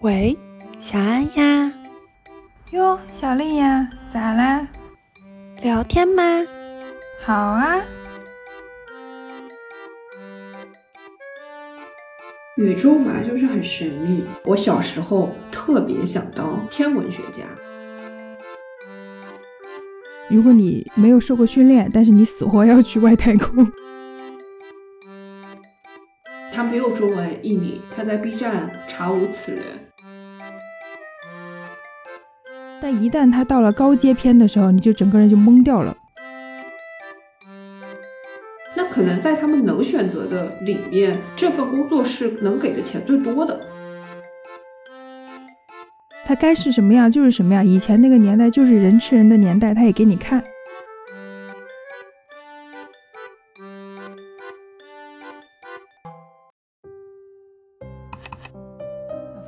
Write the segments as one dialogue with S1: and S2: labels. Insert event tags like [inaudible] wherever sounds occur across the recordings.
S1: 喂，小安呀，
S2: 哟，小丽呀，咋啦？
S1: 聊天吗？
S2: 好啊，
S3: 宇宙吧，就是很神秘。我小时候特别想当天文学家，
S4: 如果你没有受过训练，但是你死活要去外太空，
S3: 他没有中文译名，他在 B 站查无此人。
S4: 但一旦它到了高阶篇的时候，你就整个人就懵掉了。
S3: 那可能在他们能选择的里面，这份工作是能给的钱最多的。
S4: 它该是什么样就是什么样。以前那个年代就是人吃人的年代，它也给你看。啊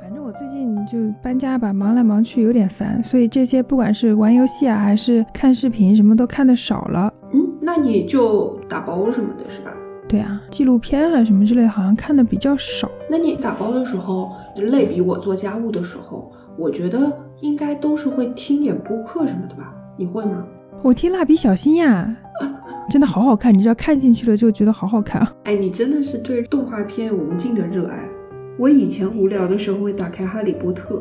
S4: 反正我最近就搬家吧，忙来忙去有点烦，所以这些不管是玩游戏啊，还是看视频，什么都看的少了。
S3: 嗯，那你就打包什么的，是吧？
S4: 对啊，纪录片啊什么之类的，好像看的比较少。
S3: 那你打包的时候，类比我做家务的时候，我觉得应该都是会听点播客什么的吧？你会吗？
S4: 我听蜡笔小新呀，真的好好看，你知道看进去了就觉得好好看啊。
S3: 哎，你真的是对动画片无尽的热爱。我以前无聊的时候会打开《哈利波特》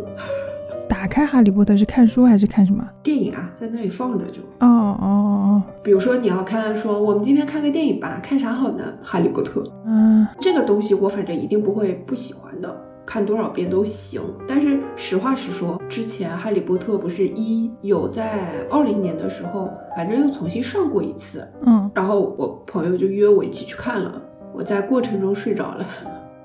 S4: 打开《哈利波特》是看书还是看什么？
S3: 电影啊，在那里放着就。
S4: 哦哦哦
S3: 比如说你要看，说我们今天看个电影吧，看啥好呢？《哈利波特》
S4: 哦，嗯，
S3: 这个东西，我反正一定不会不喜欢的，看多少遍都行。但是实话实说，之前《哈利波特》不是一有在二零年的时候，反正又重新上过一次，
S4: 嗯，
S3: 然后我朋友就约我一起去看了，我在过程中睡着了。 [laughs]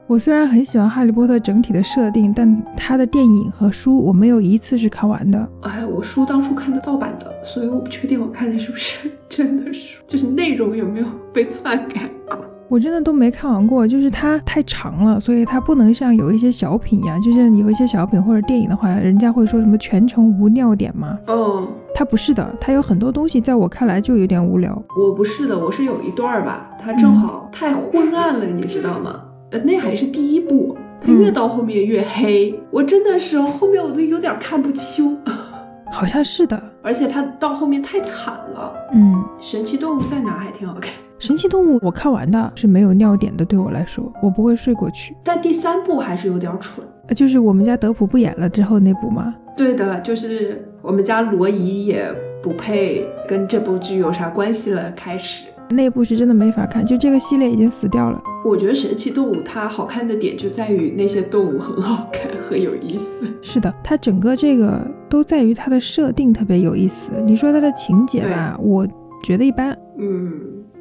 S4: 我虽然很喜欢《哈利波特》整体的设定，但它的电影和书我没有一次是看完的。
S3: 哎，我书当初看的盗版的，所以我不确定我看的是不是真的书，就是内容有没有被篡改过。
S4: 我真的都没看完过，就是它太长了，所以它不能像有一些小品一样，就像有一些小品或者电影的话，人家会说什么全程无尿点嘛，
S3: 嗯，
S4: 它不是的，它有很多东西在我看来就有点无聊。
S3: 我不是的，我是有一段儿吧，它正好太昏暗了，你知道吗？呃，那还是第一部，它越到后面越黑，我真的是后面我都有点儿看不清， [laughs]
S4: 好像是的，
S3: 而且它到后面太惨了。
S4: 嗯，
S3: 神奇动物在哪还挺好看，
S4: 神奇动物我看完的是没有尿点的，对我来说，我不会睡过去。
S3: 但第三部还是有点儿蠢。
S4: 呃就是我们家德普不演了之后那部嘛，
S3: 对的，就是我们家罗伊也不配跟这部剧有啥关系了。开始，
S4: 那部是真的没法看，就这个系列已经死掉了。
S3: 我觉得神奇动物它好看的点就在于那些动物很好看，很有意思。
S4: 是的，它整个这个都在于它的设定特别有意思。你说它的情节吧，我觉得一般。
S3: 嗯，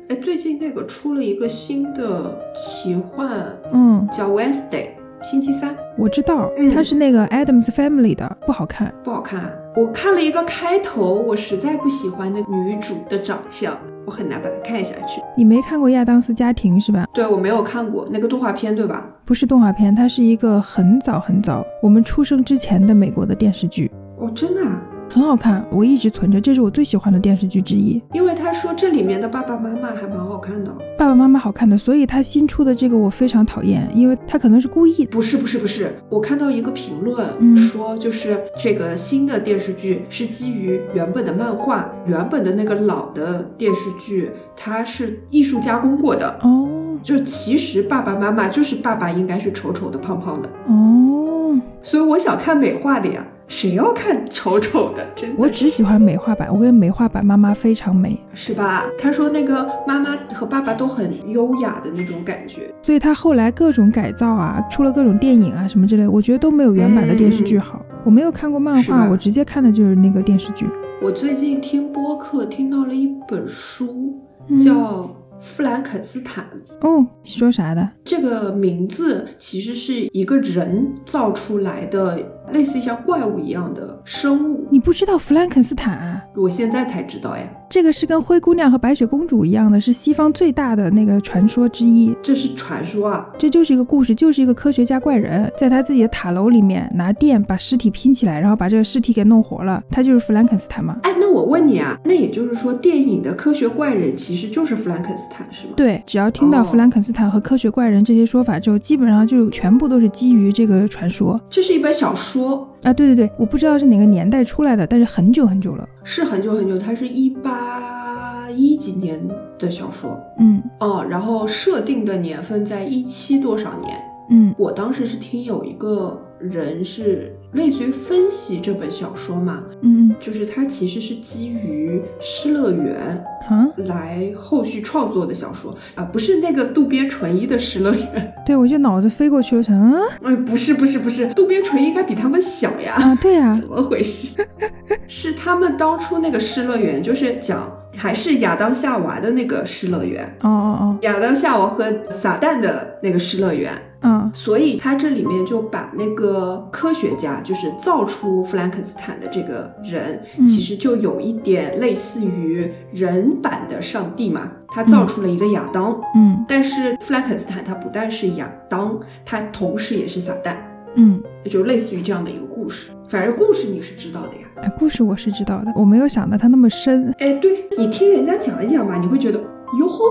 S3: 哎，最近那个出了一个新的奇幻，
S4: 嗯，
S3: 叫 Wednesday，星期三，
S4: 我知道
S3: 嗯，
S4: 它是那个 Adams Family 的，不好看。
S3: 不好看啊。我看了一个开头，我实在不喜欢那女主的长相，我很难把它看下去。
S4: 你没看过《亚当斯家庭》是吧？
S3: 对我没有看过那个动画片，对吧？
S4: 不是动画片，它是一个很早很早我们出生之前的美国的电视剧，
S3: 哦，真的、啊。
S4: 很好看，我一直存着，这是我最喜欢的电视剧之一。
S3: 因为他说这里面的爸爸妈妈还蛮好看的，
S4: 爸爸妈妈好看的，所以它新出的这个我非常讨厌，因为它可能是故意的。
S3: 不是不是不是，我看到一个评论
S4: 嗯
S3: 说，就是这个新的电视剧是基于原本的漫画，原本的那个老的电视剧，它是艺术加工过的。
S4: 哦
S3: 就其实爸爸妈妈就是爸爸应该是丑丑的胖胖的，
S4: 哦，
S3: 所以我想看美化的呀，谁要看丑丑的？真的
S4: 我只喜欢美化版，我跟美化版妈妈非常美。
S3: 是吧？他说那个妈妈和爸爸都很优雅的那种感觉，
S4: 所以他后来各种改造啊，出了各种电影啊什么之类，我觉得都没有原版的电视剧好。我没有看过漫
S3: 嗯是吧
S4: 画，我直接看的就是那个电视剧，
S3: 我最近听播客听到了一本书，
S4: 嗯
S3: 叫《富兰肯斯坦》。
S4: 哦，说啥的？
S3: 这个名字其实是一个人造出来的，类似于像怪物一样的生物。
S4: 你不知道弗兰肯斯坦啊、
S3: 我现在才知道呀，
S4: 这个是跟灰姑娘和白雪公主一样的，是西方最大的那个传说之一。
S3: 这是传说啊。
S4: 这就是一个故事，就是一个科学家怪人在他自己的塔楼里面拿电把尸体拼起来，然后把这个尸体给弄活了，他就是弗兰肯斯坦嘛。
S3: 哎，那我问你啊，那也就是说，电影的科学怪人其实就是弗兰肯斯坦是吗？
S4: 对，只要听到
S3: 哦
S4: 弗兰肯斯坦和科学怪人这些说法之后，基本上就全部都是基于这个传说
S3: 这是一本小说，
S4: 啊。对对对，我不知道是哪个年代出来的，但是很久很久了。
S3: 是很久很久，它是一八一几年的小说
S4: 嗯
S3: 哦，然后设定的年份在一七多少年？
S4: 嗯
S3: 我当时是听有一个人是类似于分析这本小说嘛，
S4: 嗯
S3: 就是它其实是基于《失乐园
S4: 嗯啊，》
S3: 来后续创作的小说啊，不是那个渡边淳一的《失乐园 [laughs]
S4: 对我就脑子飞过去了，想嗯》，
S3: 哎，不是不是不是，渡边淳一应该比他们小呀。 [laughs]
S4: 啊，对啊，
S3: 怎么回事？ [laughs] 是他们当初那个失乐园，就是讲还是亚当夏娃的那个失乐园，
S4: 哦哦
S3: 亚当夏娃和撒旦的那个失乐园。
S4: 哦啊，
S3: 所以他这里面就把那个科学家，就是造出弗兰肯斯坦的这个人，
S4: 嗯
S3: 其实就有一点类似于人版的上帝嘛。他造出了一个亚当，
S4: 嗯
S3: 但是弗兰肯斯坦他不但是亚当，他同时也是撒旦，
S4: 嗯、
S3: 就类似于这样的一个故事。反正故事你是知道的呀。
S4: 哎故事我是知道的，我没有想到它那么深，
S3: 哎，对你听人家讲一讲吧，你会觉得哟吼，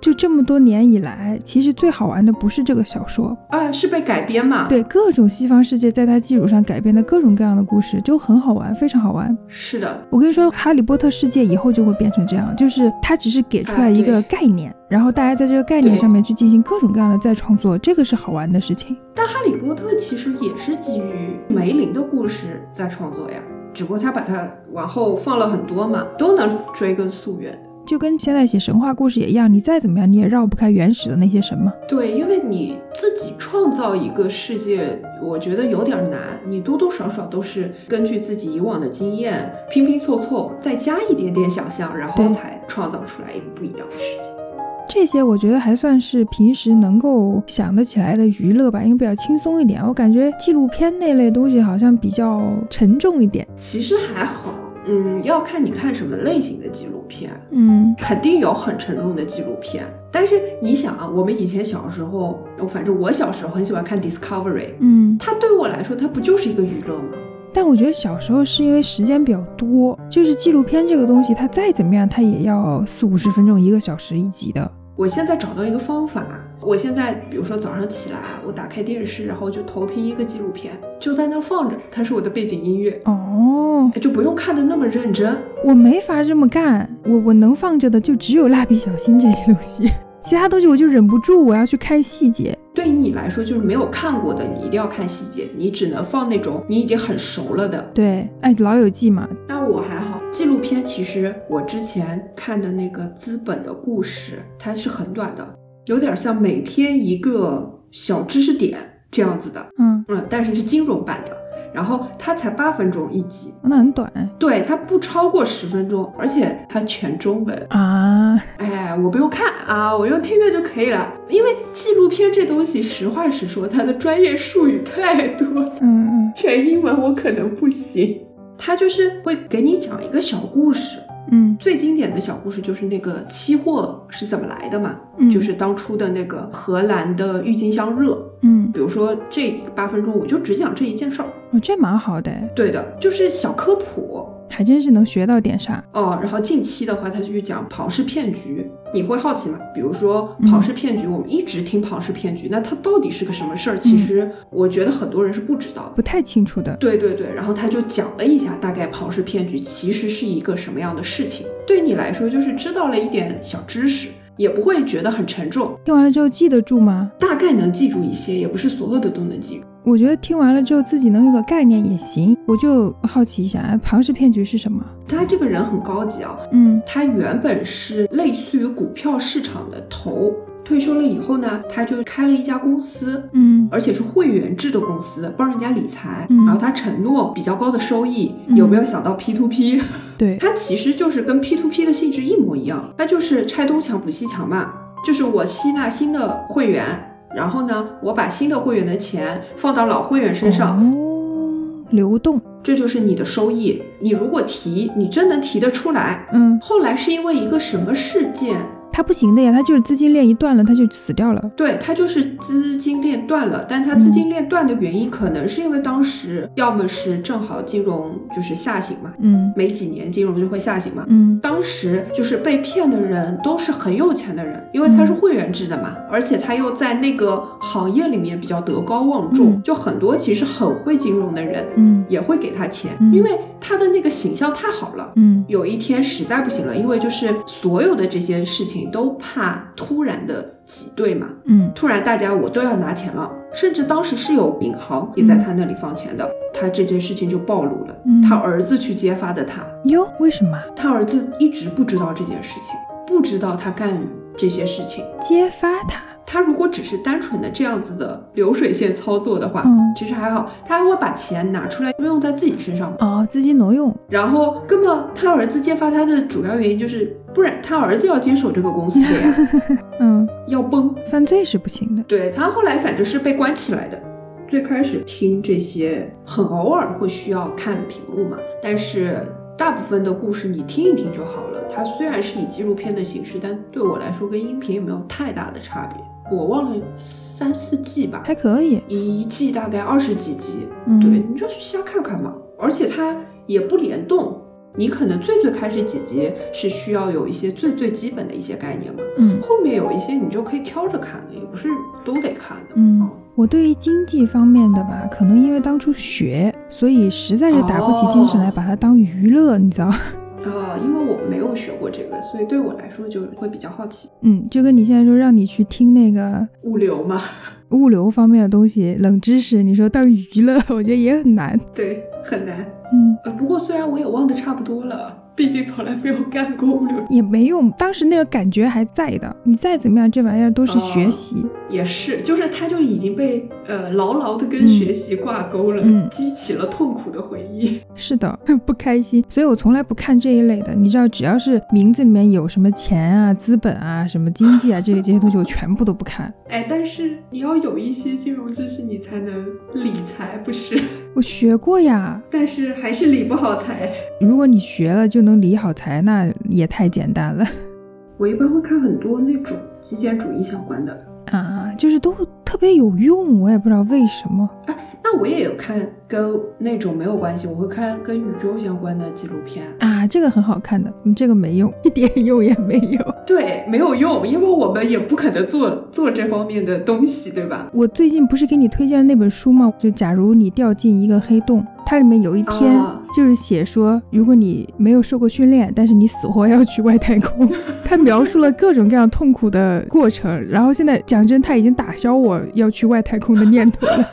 S4: 就这么多年以来，其实最好玩的不是这个小说，
S3: 啊，是被改编嘛？，
S4: 对各种西方世界在它基础上改编的各种各样的故事，就很好玩，非常好玩。
S3: 是的，
S4: 我跟你说，《哈利波特》世界以后就会变成这样，就是它只是给出来
S3: 啊
S4: 一个
S3: 对
S4: 概念，然后大家在这个概念
S3: 对
S4: 上面去进行各种各样的再创作，这个是好玩的事情。
S3: 但《哈利波特》其实也是基于梅林的故事在创作呀，只不过他把它往后放了很多嘛，都能追根溯源。
S4: 就跟现在写神话故事也一样，你再怎么样，你也绕不开原始的那些神嘛。
S3: 对，因为你自己创造一个世界，我觉得有点难，你多多少少都是根据自己以往的经验拼拼凑凑，再加一点点想象，然后
S4: 对
S3: 才创造出来一个不一样的世界。
S4: 这些我觉得还算是平时能够想得起来的娱乐吧，因为比较轻松一点。我感觉纪录片那类东西好像比较沉重一点。
S3: 其实还好，嗯，要看你看什么类型的纪录片，
S4: 嗯
S3: 肯定有很沉重的纪录片。但是你想啊，我们以前小时候，呃反正我小时候很喜欢看 Discovery，
S4: 嗯，
S3: 它对我来说，它不就是一个娱乐吗？
S4: 但我觉得小时候是因为时间比较多，就是纪录片这个东西，它再怎么样，它也要四五十分钟、一个小时一集的。
S3: 我现在找到一个方法，我现在比如说早上起来，我打开电视，然后就投屏一个纪录片，就在那儿放着，它是我的背景音乐，
S4: 哦，
S3: 哎就不用看的那么认真。
S4: 我没法这么干，我我能放着的就只有蜡笔小新这些东西， [laughs] 其他东西我就忍不住我要去看细节。
S3: 对于你来说，就是没有看过的，你一定要看细节，你只能放那种你已经很熟了的，
S4: 对，哎，《老友记》嘛，
S3: 但我还好，纪录片其实我之前看的那个《资本的故事》，它是很短的，有点像每天一个小知识点这样子的，
S4: 嗯，
S3: 嗯，但是是金融版的。然后它才八分钟一集，
S4: 哦那很短
S3: 对，它不超过十分钟，而且它全中文。
S4: 啊。
S3: 哎，我不用看啊，我用听的就可以了。因为纪录片这东西，实话实说，它的专业术语太多了。
S4: 嗯
S3: 全英文我可能不行。他就是会给你讲一个小故事，
S4: 嗯
S3: 最经典的小故事就是那个期货是怎么来的嘛，
S4: 嗯
S3: 就是当初的那个荷兰的郁金香热。
S4: 嗯，
S3: 比如说这八分钟，我就只讲这一件事儿。
S4: 我这蛮好的，
S3: 对的，就是小科普
S4: 还真是能学到点啥。
S3: 哦。然后近期的话，他就去讲庞氏骗局，你会好奇吗？比如说
S4: 嗯
S3: 庞氏骗局，我们一直听庞氏骗局，那它到底是个什么事儿？
S4: 嗯
S3: 其实我觉得很多人是不知道的。
S4: 不太清楚的，
S3: 对对对，然后他就讲了一下大概庞氏骗局其实是一个什么样的事情。对你来说，就是知道了一点小知识，也不会觉得很沉重，
S4: 听完了之后记得住吗？
S3: 大概能记住一些，也不是所有的都能记住。
S4: 我觉得听完了之后自己能有个概念也行。我就好奇一下，哎庞氏骗局是什么？
S3: 他这个人很高级啊，
S4: 嗯
S3: 他原本是类似于股票市场的头，退休了以后呢，他就开了一家公司。
S4: 嗯
S3: 而且是会员制的公司，帮人家理财，
S4: 嗯
S3: 然后他承诺比较高的收益，
S4: 嗯
S3: 有没有想到 P to P？
S4: 对，
S3: 它其实就是跟 P to P 的性质一模一样，它就是拆东墙补西墙嘛，就是我吸纳新的会员。然后呢，我把新的会员的钱放到老会员身上，
S4: 哦，流动，
S3: 这就是你的收益。你如果提，你真能提得出来。
S4: 嗯，
S3: 后来是因为一个什么事件，
S4: 他不行的呀，他就是资金链一断了，他就死掉了。
S3: 对，它就是资金链断了，但它资金链断的原因可能是因为当时要么是正好金融就是下行嘛，
S4: 嗯
S3: 每几年金融就会下行嘛。
S4: 嗯
S3: 当时就是被骗的人都是很有钱的人，因为他是会员制的
S4: 嗯
S3: 嘛，而且他又在那个行业里面比较德高望重，
S4: 嗯
S3: 就很多其实很会金融的人
S4: 嗯
S3: 也会给他钱，
S4: 嗯
S3: 因为他的那个形象太好了。
S4: 嗯
S3: 有一天实在不行了，因为就是所有的这些事情都怕突然的挤兑嘛，
S4: 嗯
S3: 突然大家我都要拿钱了，甚至当时是有银行也在他那里放钱的，他这件事情就暴露了，
S4: 嗯
S3: 他儿子去揭发的他，
S4: 哟，为什么
S3: 他儿子一直不知道这件事情，不知道他干这些事情。
S4: 揭发他？
S3: 他如果只是单纯的这样子的流水线操作的话，
S4: 嗯
S3: 其实还好，他还会把钱拿出来用在自己身上嘛。
S4: 哦，资金挪用，
S3: 然后，根本他儿子揭发他的主要原因就是，不然他儿子要接手这个公司的呀， [laughs]
S4: 嗯，
S3: 要崩。
S4: 犯罪是不行的。
S3: 对他后来反正是被关起来的。最开始听这些，很偶尔会需要看屏幕嘛，但是大部分的故事你听一听就好了。它虽然是以纪录片的形式，但对我来说跟音频也没有太大的差别。我忘了三四季吧，
S4: 还可以，
S3: 一季大概二十几集，
S4: 嗯，
S3: 对，你就瞎看看嘛。而且它也不联动，你可能最最开始几集是需要有一些最最基本的一些概念嘛，
S4: 嗯
S3: 后面有一些你就可以挑着看的，也不是都得看的。
S4: 嗯，我对于经济方面的吧，可能因为当初学，所以实在是打不起精神来
S3: 哦
S4: 把它当娱乐，你知道？ [laughs]
S3: 啊，因为我没有学过这个，所以对我来说就会比较好奇。
S4: 嗯，就跟你现在说让你去听那个
S3: 物流嘛， [laughs]
S4: 物流方面的东西，冷知识，你说当娱乐， [laughs] 我觉得也很难。
S3: 对，很难。
S4: 嗯，
S3: 呃，不过虽然我也忘得差不多了，毕竟从来没有干过物流。
S4: 也没用，当时那个感觉还在的。你再怎么样，这玩意儿都是学习。
S3: 也是，就是它就已经被呃牢牢的跟
S4: 嗯
S3: 学习挂钩了，
S4: 嗯
S3: 激起了痛苦的回忆。 [laughs]
S4: 是的， [laughs] 不开心，所以我从来不看这一类的。你知道，只要是名字里面有什么钱啊、资本啊、什么经济啊这类这些东西，我全部都不看。 [laughs]
S3: 哎，但是你要有一些金融知识，你才能理财，不是？ [laughs]
S4: 我学过呀，
S3: 但是还是理不好财。
S4: 如果你学了就能理好财，那也太简单了 [laughs]
S3: 我一般会看很多那种极简主义相关的，
S4: 啊！就是都特别有用，我也不知道为什么。
S3: 那我也有看跟那种没有关系，我会看跟宇宙相关的纪录片。
S4: 啊，这个很好看的，嗯这个没用， [laughs] 一点用也没有。
S3: 对，没有用，因为我们也不可能做做这方面的东西，对吧？
S4: 我最近不是给你推荐了那本书吗？就假如你掉进一个黑洞，它里面有一篇
S3: 啊
S4: 就是写说，如果你没有受过训练，但是你死活要去外太空，它描述了各种各样痛苦的过程。然后现在讲真，它已经打消我要去外太空的念头了。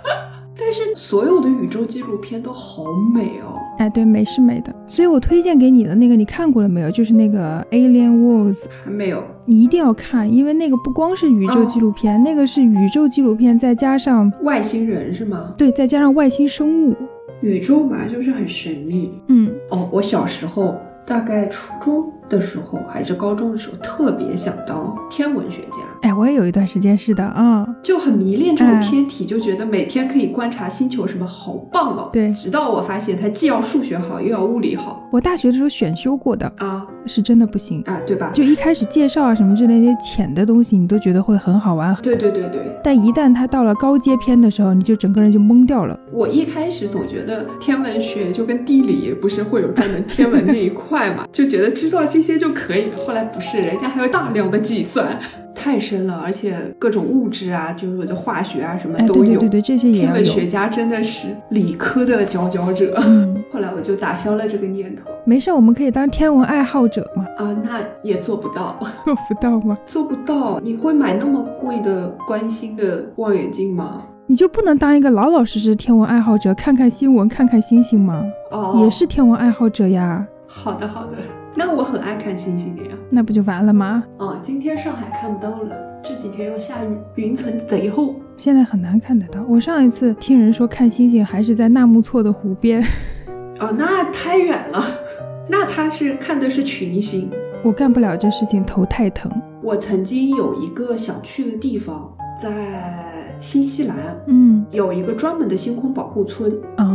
S3: 但是所有的宇宙纪录片都好美哦。
S4: 哎，对，美是美的，所以我推荐给你的那个，你看过了没有？就是那个《Alien Worlds》，
S3: 还没有，
S4: 你一定要看，因为那个不光是宇宙
S3: 嗯
S4: 纪录片，那个是宇宙纪录片，再加上
S3: 外星人是吗？
S4: 对，再加上外星生物，
S3: 宇宙嘛，就是很神秘。
S4: 嗯，
S3: 哦，我小时候大概初中的时候还是高中的时候，特别想当天文学家，
S4: 哎，我也有一段时间是的啊、
S3: 就很迷恋这种
S4: 哎
S3: 天体，就觉得每天可以观察星球什么，好棒哦。
S4: 对
S3: 直到我发现它既要数学好，又要物理好
S4: 我大学的时候选修过的，
S3: 啊
S4: 是真的不行。
S3: 啊，对吧？
S4: 就一开始介绍啊什么之类那些浅的东西，你都觉得会很好玩，
S3: 对对对对，
S4: 但一旦它到了高阶篇的时候，你就整个人就懵掉了。
S3: 我一开始总觉得天文学就跟地理不是会有专门天文那一块嘛， [laughs] 就觉得知道这些就可以了。后来不是，人家还有大量的计算， [laughs] 太深了，而且各种物质啊，就是化学啊什么
S4: 哎，对
S3: 都
S4: 对
S3: 有。
S4: 对对，这些也
S3: 天
S4: 要
S3: 文
S4: 有。
S3: 学家真的是理科的佼佼者。 [laughs]
S4: 嗯，
S3: 后来我就打消了这个念头
S4: 没事儿，我们可以当天文爱好者
S3: [laughs]
S4: 嘛，
S3: 啊，那也做不到， [laughs]
S4: 做不到吗？
S3: 做不到。你会买那么贵的观星的望远镜吗？
S4: 你就不能当一个老老实实的天文爱好者，看看新闻，看看星星吗？
S3: 哦，
S4: 也是天文爱好者呀，
S3: 好的好的。那我很爱看星星的呀。
S4: 那不就完了吗？
S3: 啊，今天上海看不到了，这几天要下雨，云层贼厚。
S4: 现在很难看得到。我上一次听人说看星星，还是在纳木错的湖边。 [laughs]
S3: 哦，那太远了， [laughs] 那他是看的是群星。
S4: 我干不了这事情，头太疼。
S3: 我曾经有一个想去的地方，在新西兰
S4: 嗯
S3: 嗯有一个专门的星空保护村，
S4: 啊，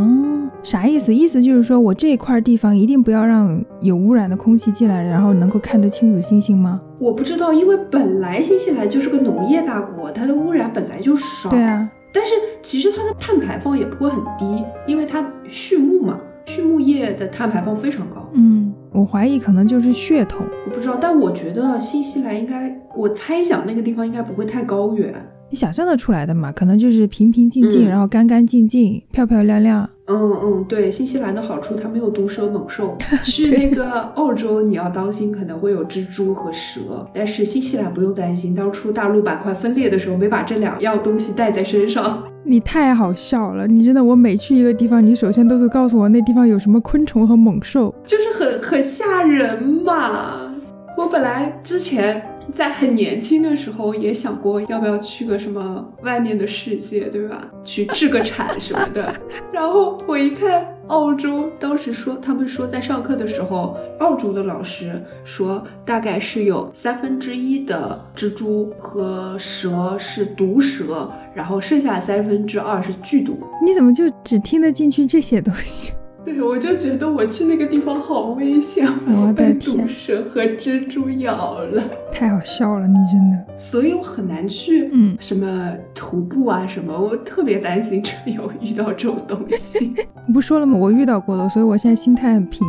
S4: 啥意思？意思就是说我这一块地方一定不要让有污染的空气进来，然后能够看得清楚星星吗？
S3: 我不知道，因为本来新西兰就是个农业大国，它的污染本来就少。
S4: 对啊，
S3: 但是其实它的碳排放也不会很低，因为它畜牧嘛，畜牧业的碳排放非常高。
S4: 嗯，我怀疑可能就是血统。
S3: 我不知道，但我觉得新西兰应该，我猜想那个地方应该不会太高远。
S4: 你想象得出来的嘛？可能就是平平静静，
S3: 嗯
S4: 然后干干净净、漂漂亮亮。
S3: 嗯嗯，对，新西兰的好处它没有毒蛇猛兽，去那个澳洲你要当心可能会有蜘蛛和蛇，但是新西兰不用担心。当初大陆板块分裂的时候没把这两样东西带在身上。
S4: 你太好笑了，你真的，我每去一个地方，你首先都是告诉我那地方有什么昆虫和猛兽。
S3: 就是很很吓人嘛。我本来之前在很年轻的时候也想过，要不要去个什么外面的世界，对吧？去治个产什么的。然后我一看澳洲，当时说他们说在上课的时候，澳洲的老师说大概是有三分之一的蜘蛛和蛇是毒蛇，然后剩下三分之二是剧毒。
S4: 你怎么就只听得进去这些东西？
S3: 对，我就觉得我去那个地方好危险，
S4: [laughs] 哎我的
S3: [laughs] 被
S4: 天
S3: 毒蛇和蜘蛛咬了，
S4: 太好笑了，你真的。
S3: 所以我很难去
S4: 嗯，
S3: 什么徒步啊什么，我特别担心这有遇到这种东西。 [laughs]
S4: 我不说了吗？我遇到过了，所以我现在心态很平。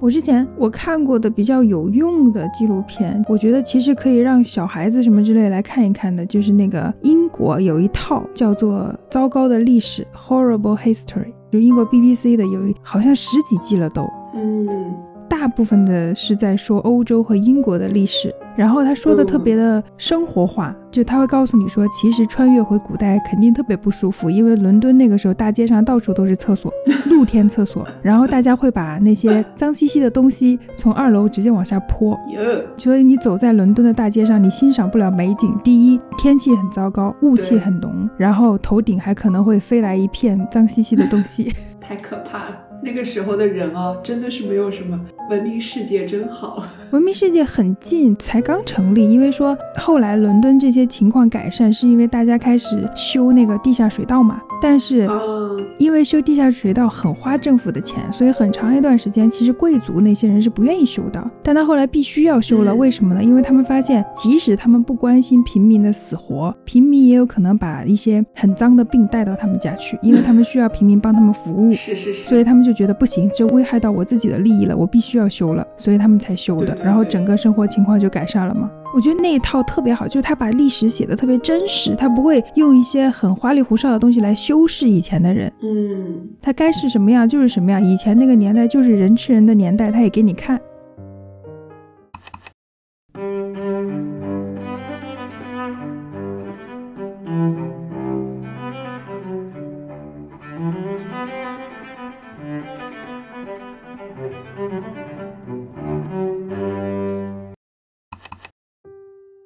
S4: 我之前我看过的比较有用的纪录片，我觉得其实可以让小孩子什么之类来看一看的，就是那个英国有一套叫做《糟糕的历史》（Horrible History），就是英国 BBC 的有一好像十几季了都。
S3: 嗯
S4: 大部分的是在说欧洲和英国的历史，然后他说的特别的生活化，就他会告诉你说，其实穿越回古代肯定特别不舒服，因为伦敦那个时候大街上到处都是厕所，露天厕所，然后大家会把那些脏兮兮的东西从二楼直接往下泼。
S3: 哟，
S4: 所以你走在伦敦的大街上，你欣赏不了美景。第一，天气很糟糕，雾气
S3: 对
S4: 很浓，然后头顶还可能会飞来一片脏兮兮的东西。
S3: 太可怕了。那个时候的人哦，真的是没有什么文明世界真好。
S4: 文明世界很近，才刚成立，因为说后来伦敦这些情况改善，是因为大家开始修那个地下水道嘛。但
S3: [laughs]
S4: 是
S3: 嗯，
S4: 因为修地下水道很花政府的钱，所以很长一段时间，其实贵族那些人是不愿意修的。但他后来必须要修了，
S3: 嗯
S4: 为什么呢？因为他们发现，即使他们不关心平民的死活，平民也有可能把一些很脏的病带到他们家去，因为他们需要平民帮他们服务。
S3: 是是是，
S4: 所以他们就觉得不行，这危害到我自己的利益了，我必须要修了，所以他们才修的。
S3: 对对对
S4: 然后整个生活情况就改善了嘛。我觉得那一套特别好，就是他把历史写的特别真实，他不会用一些很花里胡哨的东西来修饰以前的人，
S3: 嗯，
S4: 他该是什么样就是什么样。以前那个年代就是人吃人的年代，他也给你看。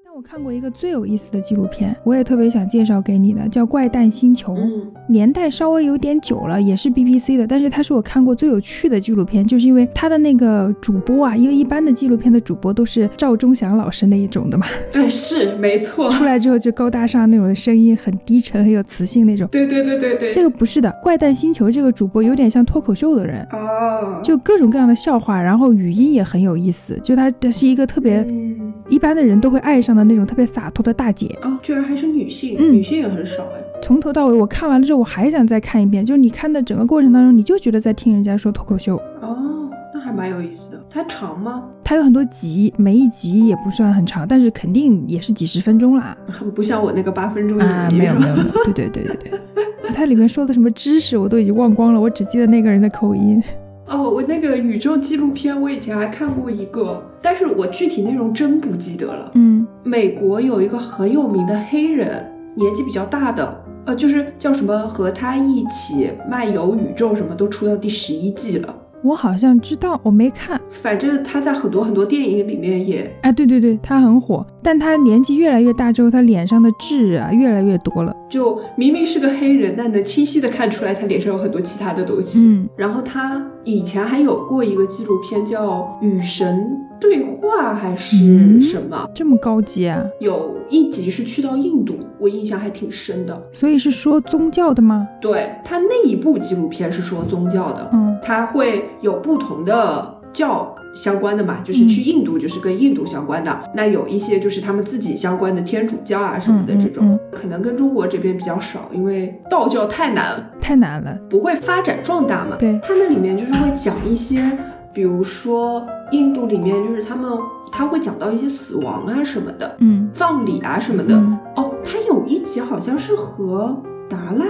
S4: 但我看过一个最有意思的纪录片，我也特别想介绍给你的，叫《怪诞星球》。
S3: 嗯
S4: 年代稍微有点久了，也是 BBC 的，但是它是我看过最有趣的纪录片，就是因为它的那个主播啊，因为一般的纪录片的主播都是赵忠祥老师那一种的嘛，
S3: 哎，是没错，
S4: 出来之后就高大上那种声音，很低沉，很有磁性那种。
S3: 对对对对对，
S4: 这个不是的，怪诞星球这个主播有点像脱口秀的人，
S3: 哦，
S4: 就各种各样的笑话，然后语音也很有意思，就她是一个特别
S3: 嗯，
S4: 一般的人都会爱上的那种特别洒脱的大姐。
S3: 哦，居然还是女性，
S4: 嗯
S3: 女性也很少哎。
S4: 从头到尾我看完了之后，我还想再看一遍，就是你看的整个过程当中，你就觉得在听人家说脱口秀。
S3: 哦，那还蛮有意思的。它长吗？
S4: 它有很多集，每一集也不算很长，但是肯定也是几十分钟啦。
S3: 很不像我那个八分钟一
S4: 啊，
S3: 集，
S4: 没有
S3: 是
S4: 没
S3: 吧？
S4: 有，没有对对对对对。它里面说的什么知识我都已经忘光了，我只记得那个人的口音。
S3: 哦，我那个宇宙纪录片，我以前还看过一个，但是我具体内容真不记得了。
S4: 嗯，
S3: 美国有一个很有名的黑人，年纪比较大的，呃，就是叫什么和他一起漫游宇宙，什么都出到第十一季了。
S4: 我好像知道，我没看。啊
S3: 反正他在很多很多电影里面也，
S4: 哎，对对对，他很火。但他年纪越来越大之后，他脸上的痣啊越来越多了。
S3: 就明明是个黑人，但能清晰的看出来他脸上有很多其他的东西。
S4: 嗯，
S3: 然后他以前还有过一个纪录片叫《与神对话》还是
S4: 嗯
S3: 什么，
S4: 这么高级啊？
S3: 有一集是去到印度，我印象还挺深的。
S4: 所以是说宗教的吗？
S3: 对他那一部纪录片是说宗教的，
S4: 嗯
S3: 它会有不同的教相关的嘛，就是去印度就是跟印度相关的，那有一些就是他们自己相关的天主教啊什么的
S4: 嗯嗯
S3: 这种，
S4: 嗯
S3: 可能跟中国这边比较少，因为道教太难了，
S4: 太难了。
S3: 不会发展壮大嘛。
S4: 对
S3: 它那里面就是会讲一些，比如说印度里面就是他们他会讲到一些死亡啊什么的，
S4: 嗯，
S3: 葬礼啊什么的。
S4: 嗯
S3: 哦，他有一集好像是和达赖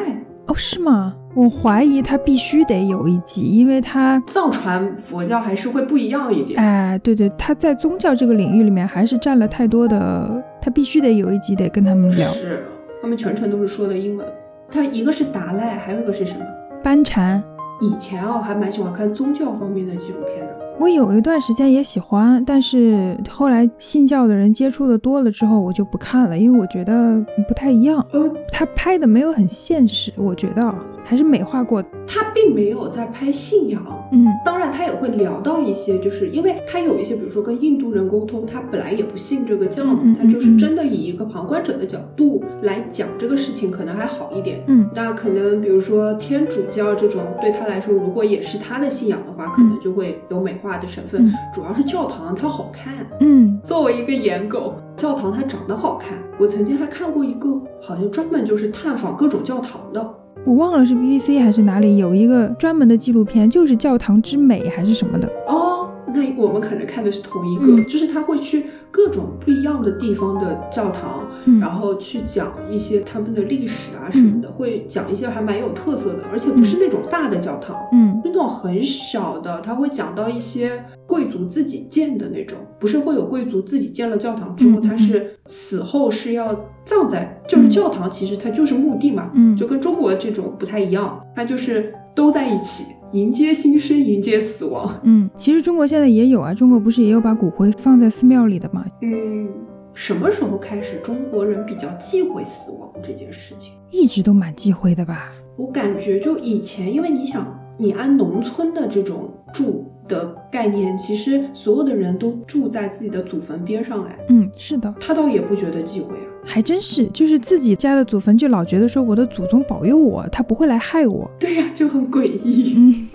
S4: 哦，是吗？我怀疑他必须得有一集，因为他，
S3: 藏传佛教还是会不一样一点。
S4: 哎，对对，他在宗教这个领域里面还是占了太多的，他必须得有一集得跟他们聊。
S3: 是，他们全程都是说的英文。他一个是达赖，还有一个是什么？
S4: 班禅，
S3: 以前啊，我还蛮喜欢看宗教方面的纪录片的。
S4: 我有一段时间也喜欢，但是后来信教的人接触的多了之后，我就不看了，因为我觉得不太一样，
S3: 呃，
S4: 他拍的没有很现实，我觉得啊还是美化过的。
S3: 他并没有在拍信仰，
S4: 嗯
S3: 当然，他也会聊到一些，就是因为他有一些，比如说跟印度人沟通，他本来也不信这个教嘛，
S4: 嗯嗯
S3: 他就是
S4: 嗯
S3: 真的以一个旁观者的角度来讲这个事情，可能还好一点。
S4: 嗯
S3: 那可能比如说天主教这种，对他来说，如果也是他的信仰的话，可能就会有美化的成分。
S4: 嗯
S3: 主要是教堂它好看，
S4: 嗯，
S3: 作为一个颜狗，教堂它长得好看。我曾经还看过一个，好像专门就是探访各种教堂的，
S4: 我忘了是 BBC 还是哪里有一个专门的纪录片，就是《教堂之美》还是什么的。
S3: 哦，那我们可能看的是同一个，
S4: 嗯
S3: 就是他会去各种不一样的地方的教堂，
S4: 嗯
S3: 然后去讲一些他们的历史啊什么的，会讲一些还蛮有特色的，而且不是那种大的教堂，
S4: 嗯
S3: 是那种很小的，他会讲到一些贵族自己建的那种，不是会有贵族自己建了教堂之后，
S4: 嗯嗯
S3: 他是死后是要葬在，就是
S4: 嗯
S3: 教堂其实它就是墓地嘛，
S4: 嗯
S3: 就跟中国这种不太一样，它就是都在一起，迎接新生，迎接死亡。
S4: 嗯，其实中国现在也有啊，中国不是也有把骨灰放在寺庙里的嘛？
S3: 嗯，什么时候开始中国人比较忌讳死亡这件事情？
S4: 一直都蛮忌讳的吧？
S3: 我感觉就以前，因为你想，你按农村的这种住的概念，其实所有的人都住在自己的祖坟边上，哎，
S4: 嗯，是的，
S3: 他倒也不觉得忌讳啊。
S4: 还真是，就是自己家的祖坟就老觉得说我的祖宗保佑我，他不会来害我。
S3: 对呀、就很诡异。
S4: 嗯，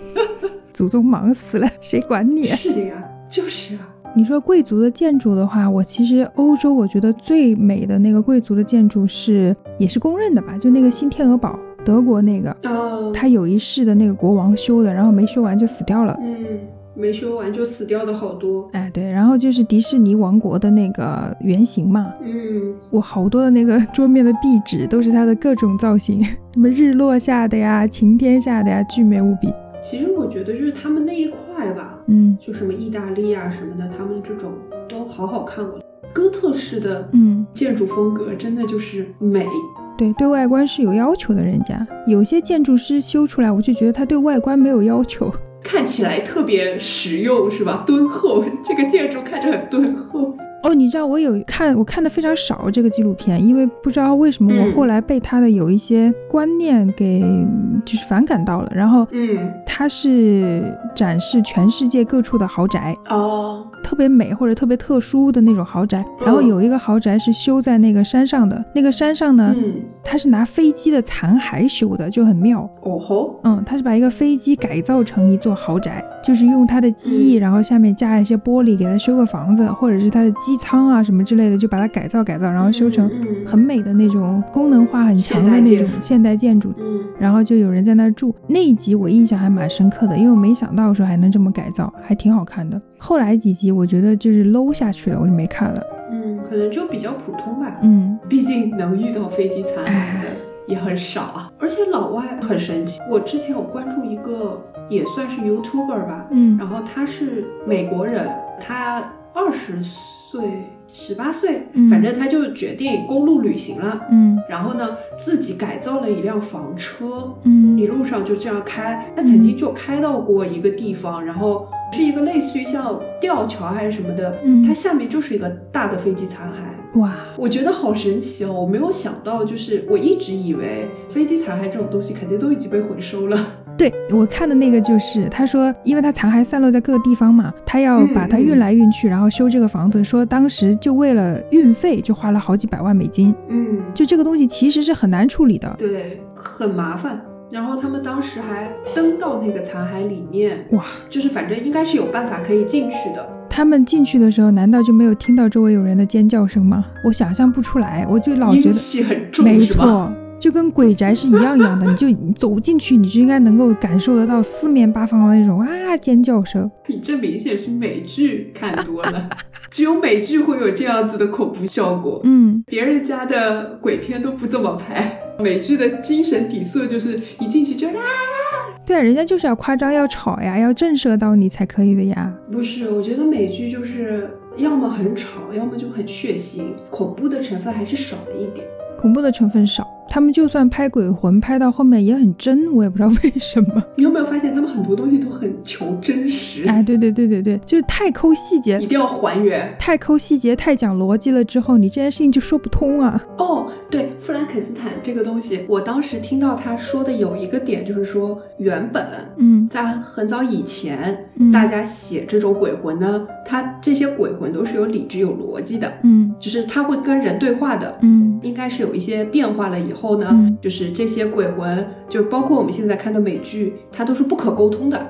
S4: 祖宗忙死了，谁管你？啊
S3: 是的呀，就是啊。
S4: 你说贵族的建筑的话，我其实欧洲我觉得最美的那个贵族的建筑是也是公认的吧，就那个新天鹅堡，德国那个，
S3: 啊，
S4: 他有一世的那个国王修的，然后没修完就死掉了。
S3: 嗯，没修完就死掉的好多。
S4: 哎，对，然后就是迪士尼王国的那个原型嘛，
S3: 嗯，
S4: 我好多的那个桌面的壁纸都是它的各种造型， [laughs] 什么日落下的呀、晴天下的呀，巨美无比。
S3: 其实我觉得就是他们那一块吧，
S4: 嗯
S3: 就什么意大利啊什么的，他们这种都好好看哦。哥特式的
S4: 嗯，
S3: 建筑风格真的就是美，
S4: 对，对外观是有要求的。人家有些建筑师修出来，我就觉得他对外观没有要求。
S3: 看起来特别实用，是吧？敦厚，这个建筑看着很敦厚。
S4: 哦，你知道我有看，我看的非常少这个纪录片，因为不知道为什么
S3: 嗯
S4: 我后来被他的有一些观念给嗯就是反感到了。然后，
S3: 嗯，
S4: 他是展示全世界各处的豪宅，
S3: 哦，
S4: 特别美或者特别特殊的那种豪宅。然后
S3: 嗯
S4: 有一个豪宅是修在那个山上的，那个山上呢，
S3: 嗯，
S4: 它是拿飞机的残骸修的，就很妙。
S3: 哦吼，
S4: 嗯，它是把一个飞机改造成一座豪宅，就是用它的机
S3: 嗯
S4: 翼，然后下面加一些玻璃给它修个房子，或者是它的机舱啊什么之类的，就把它改造改造，然后修成
S3: 嗯嗯
S4: 很美的那种功能化很强的那
S3: 现代建
S4: 种
S3: 筑
S4: 现代建筑。
S3: 嗯，
S4: 然后就有人在那儿住。那一集我印象还蛮深刻的，因为我没想到说还能这么改造，还挺好看的。后来几集我觉得就是 low 下去了，我就没看了。
S3: 嗯，可能就比较普通吧。
S4: 嗯，
S3: 毕竟能遇到飞机残骸的也很少啊。而且老外很神奇，我之前有关注一个也算是 YouTuber 吧，
S4: 嗯
S3: 然后他是美国人，他二十岁、十八岁
S4: 嗯，
S3: 反正他就决定公路旅行了。
S4: 嗯
S3: 然后呢，自己改造了一辆房车，一
S4: 嗯
S3: 路上就这样开。他曾经就开到过一个地方，然后是一个类似于像吊桥还是什么的，
S4: 嗯
S3: 它下面就是一个大的飞机残骸。
S4: 哇，
S3: 我觉得好神奇哦！我没有想到，就是我一直以为飞机残骸这种东西肯定都已经被回收了。
S4: 对我看的那个就是，他说，因为他残骸散落在各个地方嘛，他要
S3: 嗯
S4: 把它
S3: 嗯
S4: 运来运去，然后修这个房子，说当时就为了运费就花了好几百万美金，
S3: 嗯，
S4: 就这个东西其实是很难处理的。
S3: 对，很麻烦。然后他们当时还登到那个残骸里面，
S4: 哇，
S3: 就是反正应该是有办法可以进去的。
S4: 他们进去的时候，难道就没有听到周围有人的尖叫声吗？我想象不出来，我就老觉
S3: 阴
S4: 得
S3: 气很重，
S4: 没
S3: 是吧？
S4: 错，就跟鬼宅是一样一样的。你就你走进去，你就应该能够感受得到四面八方的那种啊尖叫声。
S3: 你这明显是美剧看多了， [laughs] 只有美剧会有这样子的恐怖效果。
S4: 嗯，
S3: 别人家的鬼片都不这么拍，美剧的精神底色就是一进去就啊。
S4: 对啊，人家就是要夸张，要吵呀，要震慑到你才可以的呀。
S3: [laughs] 不是，我觉得美剧就是要么很吵，要么就很血腥，恐怖的成分还是少了一点。
S4: 恐怖的成分少，他们就算拍鬼魂，拍到后面也很真，我也不知道 [laughs] 为什么。
S3: 你有没有发现他们很多东西都很求真实，
S4: 哎，对对对对对，就是太抠细节
S3: 一，定要还原？
S4: 太抠细节，太讲逻辑了之后，你这件事情就说不通啊。
S3: 哦，对，弗兰肯斯坦这个东西，我当时听到他说的有一个点，就是说原本
S4: 嗯
S3: 在很早以前，
S4: 嗯
S3: 大家写这种鬼魂呢，他这些鬼魂都是有理智、有逻辑的，
S4: 嗯
S3: 就是他会跟人对话的，
S4: 嗯
S3: 应该是有一些变化了以后呢，
S4: 嗯
S3: 就是这些鬼魂，就包括我们现在看的美剧，它都是不可沟通的。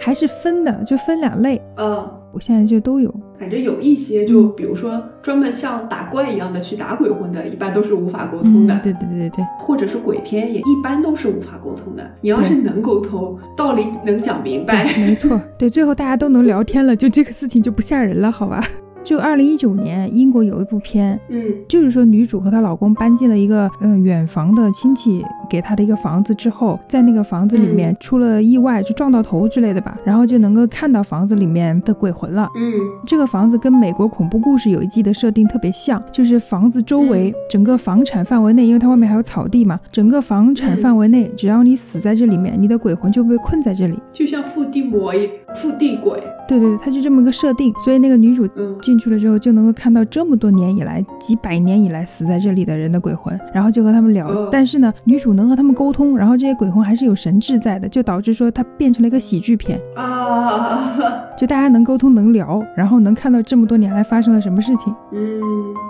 S4: 还是分的，就分两类。
S3: 呃，
S4: 我现在就都有，
S3: 反正有一些就比如说专门像打怪一样的去打鬼魂的，一般都是无法沟通的，
S4: 嗯对对对对对，
S3: 或者是鬼片也一般都是无法沟通的。你要是能沟通，道理能讲明白，
S4: 没错，对，最后大家都能聊天了，就这个事情就不吓人了，好吧？就二零一九年，英国有一部片，
S3: [laughs] 嗯
S4: 就是说，女主和她老公搬进了一个呃远房的亲戚给她的一个房子之后，在那个房子里面
S3: 嗯
S4: 出了意外，就撞到头之类的吧，然后就能够看到房子里面的鬼魂了。
S3: 嗯
S4: 这个房子跟美国恐怖故事有一季的设定特别像，就是房子周围整个房产范围内，因为它外面还有草地嘛，整个房产范围内，只要你死在这里面，你的鬼魂就被困在这里。
S3: 就像伏地魔一、伏地鬼，
S4: 对对对，它就这么一个设定，所以那个女主
S3: 嗯
S4: 进去了之后，就能够看到这么多年以来、几百年以来死在这里的人的鬼魂，然后就和他们聊。
S3: 嗯
S4: 但是呢，女主能和他们沟通，然后这些鬼魂还是有神智在的，就导致说它变成了一个喜剧片，
S3: 啊， [laughs]
S4: 就大家能沟通、能聊，然后能看到这么多年来发生了什么事情，
S3: 嗯，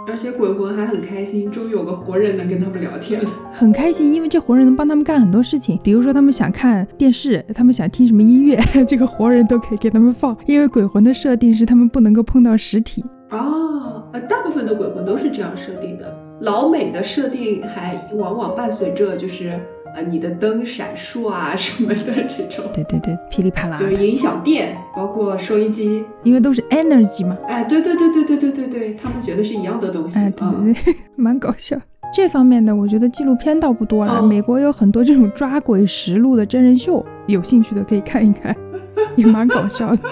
S3: 而且鬼魂还很开心，终于有个活人能跟他们聊天了。
S4: 很开心，因为这活人能帮他们干很多事情，比如说他们想看电视，他们想听什么音乐， [laughs] 这个活人都可以给他们放，因为鬼魂的设定是他们不能够碰到实体。
S3: 啊，呃，大部分的鬼魂都是这样设定的。老美的设定还往往伴随着就是呃你的灯闪烁啊什么的这种，
S4: 对对啊对，噼里啪啦的
S3: 就是，音响店，包括收音机，
S4: 因为都是 energy 嘛。
S3: 哎，对对对对对对对对，他们觉得是一样的东西
S4: 哎，
S3: 啊。
S4: 对对对， [laughs] 蛮搞笑。这方面的，我觉得纪录片倒不多了。
S3: 嗯
S4: 美国有很多这种抓鬼实录的真人秀，有兴趣的可以看一看， [laughs] 也蛮搞笑的。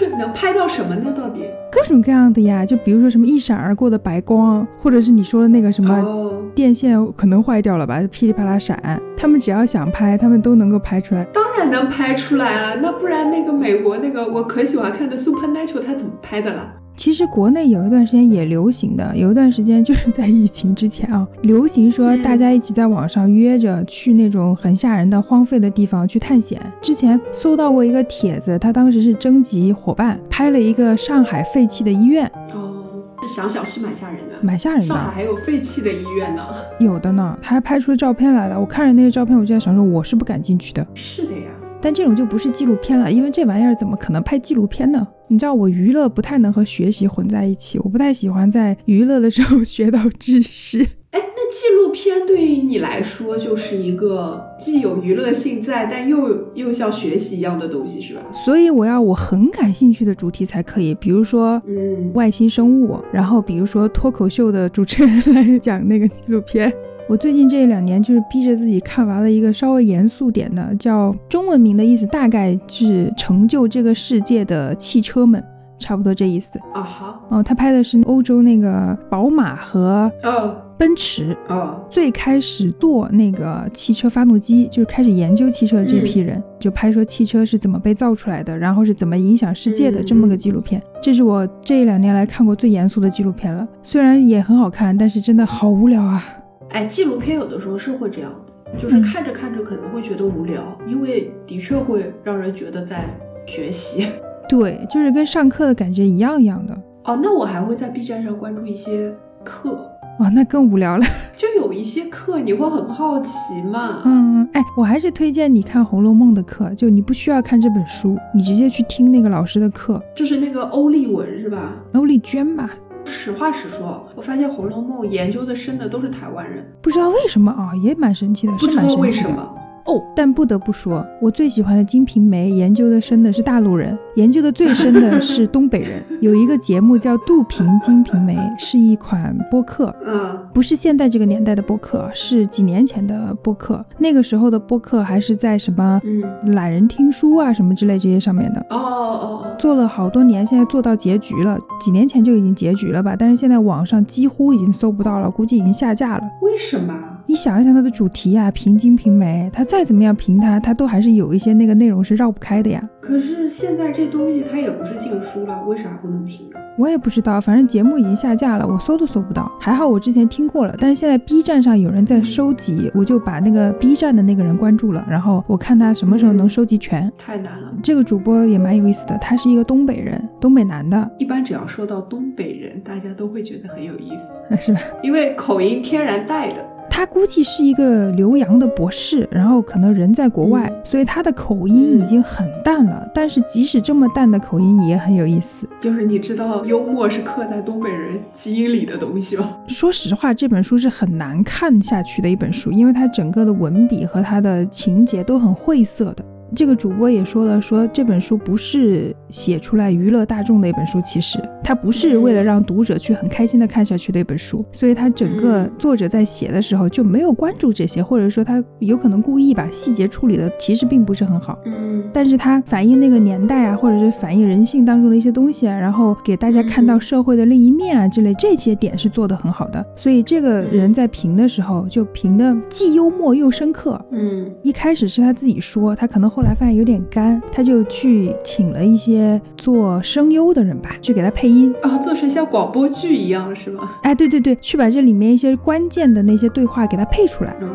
S3: 这嗯能拍到什么呢？到底？
S4: 各种各样的呀，就比如说什么一闪而过的白光，或者是你说的那个什么
S3: 哦，
S4: 电线可能坏掉了吧，噼里啪啦闪。他们只要想拍，他们都能够拍出来。
S3: 当然能拍出来啊，那不然那个美国那个我可喜欢看的《Supernatural》它怎么拍的了？
S4: 其实国内有一段时间也流行的，有一段时间就是在疫情之前
S3: [laughs]
S4: 啊，流行说
S3: 嗯
S4: 大家一起在网上约着去那种很吓人的荒废的地方去探险。之前搜到过一个帖子，他当时是征集伙伴拍了一个上海废弃的医院，
S3: 哦，这想想是蛮吓人的。
S4: 蛮吓人嗯
S3: 上
S4: 的
S3: 海，还有废弃的医院呢。
S4: 有的呢，他还拍出了照片来了。我看着那个照片，我就在想说，我是不敢进去的。
S3: 是的呀。
S4: 但这种就不是纪录片了，因为这玩意儿怎么可能拍纪录片呢？你知道我娱乐不太能和学习混在一起，我不太喜欢在娱乐的时候学到知识。
S3: 哎，那纪录片对于你来说就是一个既有娱乐性在，但又又像学习一样的东西，是吧？
S4: 所以我要我很感兴趣的主题才可以，比如说
S3: 嗯，
S4: 外星生物，然后比如说脱口秀的主持人来讲那个纪录片。 [laughs] 我最近这两年就是逼着自己看完了一个稍微严肃点的，叫中文名的意思大概是成就这个世界的汽车们，差不多这意思。
S3: 啊哈，
S4: 哦，他拍的是欧洲那个宝马和
S3: 哦，
S4: 奔驰
S3: 哦，
S4: 最开始做那个汽车发动机，就是开始研究汽车的这
S3: 嗯
S4: 批人，就拍说汽车是怎么被造出来的，然后是怎么影响世界的
S3: 嗯
S4: 这么个纪录片。这是我这两年来看过最严肃的纪录片了，虽然也很好看，但是真的好无聊啊。
S3: 哎，纪录片有的时候是会这样子，就是
S4: 嗯
S3: 看着看着可能会觉得无聊，因为的确会让人觉得在学习。 [laughs]
S4: 对，就是跟上课的感觉一样一样的
S3: 哦，那我还会在 B 站上关注一些课，
S4: 哇，那更无聊了。
S3: 就有一些课你会很好奇嘛。，
S4: 嗯， [laughs] 哎，我还是推荐你看《红楼梦》的课，就你不需要看这本书，你直接去听那个老师的课。
S3: 就是那个欧丽文是吧？
S4: 欧丽娟吧，
S3: 实话实说，我发现《红楼梦》研究的深的都是台湾人，
S4: 不知道为什么啊、也蛮神奇的，
S3: 不
S4: 是
S3: 知
S4: 蛮
S3: 道
S4: 神
S3: 为
S4: 奇
S3: 什
S4: 的。
S3: 么。
S4: 哦，但不得不说，我最喜欢的《金瓶梅》研究的深的是大陆人，研究的最深的是东北人。有一个节目叫《杜平金瓶梅》，是一款播客，
S3: 嗯，
S4: 不是现在这个年代的播客，是几年前的播客。那个时候的播客还是在什么
S3: 嗯
S4: 懒人听书啊什么之类这些上面的。
S3: 哦哦哦，
S4: 做了好多年，现在做到结局了，几年前就已经结局了吧？但是现在网上几乎已经搜不到了，估计已经下架了。
S3: 为什么？
S4: 你想一想它的主题啊呀、评金评梅，它再怎么样评它，它都还是有一些那个内容是绕不开的呀。
S3: 可是现在这东西它也不是禁书了，为啥不能听呢？
S4: 我也不知道，反正节目已经下架了，我搜都搜不到。还好我之前听过了，但是现在 B 站上有人在收集，我就把那个 B 站的那个人关注了，然后我看他什么时候能收集全。
S3: 太难了。
S4: 这个主播也蛮有意思的，他是一个东北人，东北男的， [laughs]
S3: 一般只要说到东北人，大家都会觉得很有意思，
S4: 是吧？
S3: 因为口音天然带的。
S4: 他估计是一个留洋的博士，然后可能人在国外，
S3: 嗯
S4: 所以他的口音已经很淡了。但是即使这么淡的口音也很有意思。
S3: 就是你知道幽默是刻在东北人基因里的东西吗？
S4: 说实话，这本书是很难看下去的一本书，因为它整个的文笔和它的情节都很晦涩的。这个主播也说了，说这本书不是写出来娱乐大众的一本书，其实它不是为了让读者去很开心的看下去的一本书，所以它整个
S3: 嗯
S4: 作者在写的时候就没有关注这些，或者说他有可能故意把细节处理的其实并不是很好。
S3: 嗯，
S4: 但是它反映那个年代啊，或者是反映人性当中的一些东西啊，然后给大家看到社会的另一面啊之类，这些点是做得很好的。所以这个人在评的时候，就评的既幽默又深刻。
S3: 嗯，
S4: 一开始是他自己说，他可能后来发现有点干，他就去请了一些做声优的人吧，去给他配音。
S3: 哦，做成像广播剧一样是吗？
S4: 哎，对对对，去把这里面一些关键的那些对话给他配出来。
S3: 哦，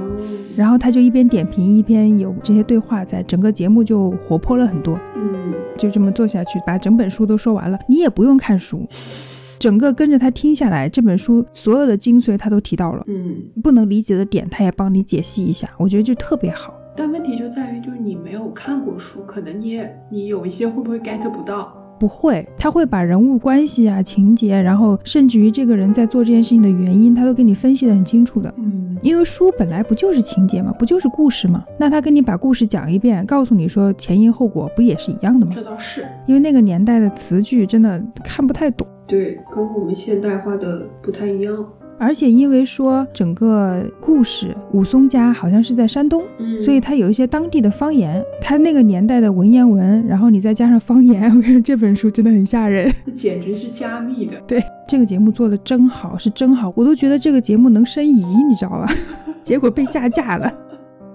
S4: 然后他就一边点评一边有这些对话在，整个节目就活泼了很多。
S3: 嗯，
S4: 就这么做下去，把整本书都说完了，你也不用看书，整个跟着他听下来，这本书所有的精髓他都提到了，
S3: 嗯，
S4: 不能理解的点他也帮你解析一下，我觉得就特别好。
S3: 但问题就在于，就是你没有看过书，可能你也你有一些会不会 get 不到？
S4: 不会，他会把人物关系啊、情节，然后甚至于这个人在做这件事情的原因，他都给你分析的很清楚的。
S3: 嗯，
S4: 因为书本来不就是情节嘛，不就是故事嘛？那他跟你把故事讲一遍，告诉你说前因后果，不也是一样的吗？
S3: 这倒是，
S4: 因为那个年代的词句真的看不太懂。
S3: 对，跟我们现代化的不太一样。
S4: 而且因为说整个故事，武松家好像是在山东，
S3: 嗯
S4: 所以他有一些当地的方言，他那个年代的文言文，然后你再加上方言， [laughs] 我感觉这本书真的很吓人。
S3: 那简直是加密的。
S4: 对，这个节目做的真好，是真好，我都觉得这个节目能申遗，你知道 [laughs] 吧？结果被下架了。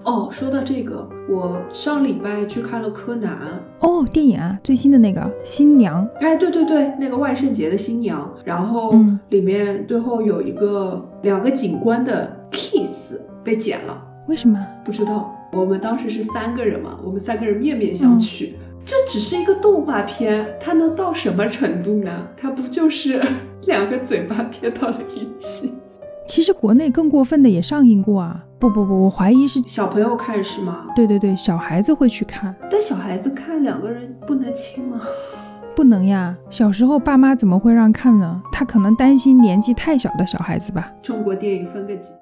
S3: 哦，说到这个，我上礼拜去看了柯南，
S4: 哦，电影啊，最新的那个《新娘》，
S3: 哎，对对对，那个万圣节的新娘，然后
S4: 嗯
S3: 里面最后有一个两个警官的 kiss 被剪了，
S4: 为什么？
S3: 不知道。我们当时是三个人嘛，我们三个人面面相觑。这只是一个动画片，它能到什么程度呢？它不就是 [laughs] 两个嘴巴贴到了一起？
S4: 其实国内更过分的也上映过啊。不不不，我怀疑是，
S3: 小朋友看是吗？
S4: 对对对，小孩子会去看。
S3: 但小孩子看两个人不能亲吗？
S4: 不能呀，小时候爸妈怎么会让看呢？他可能担心年纪太小的小孩子吧。
S3: 中国电影分个级。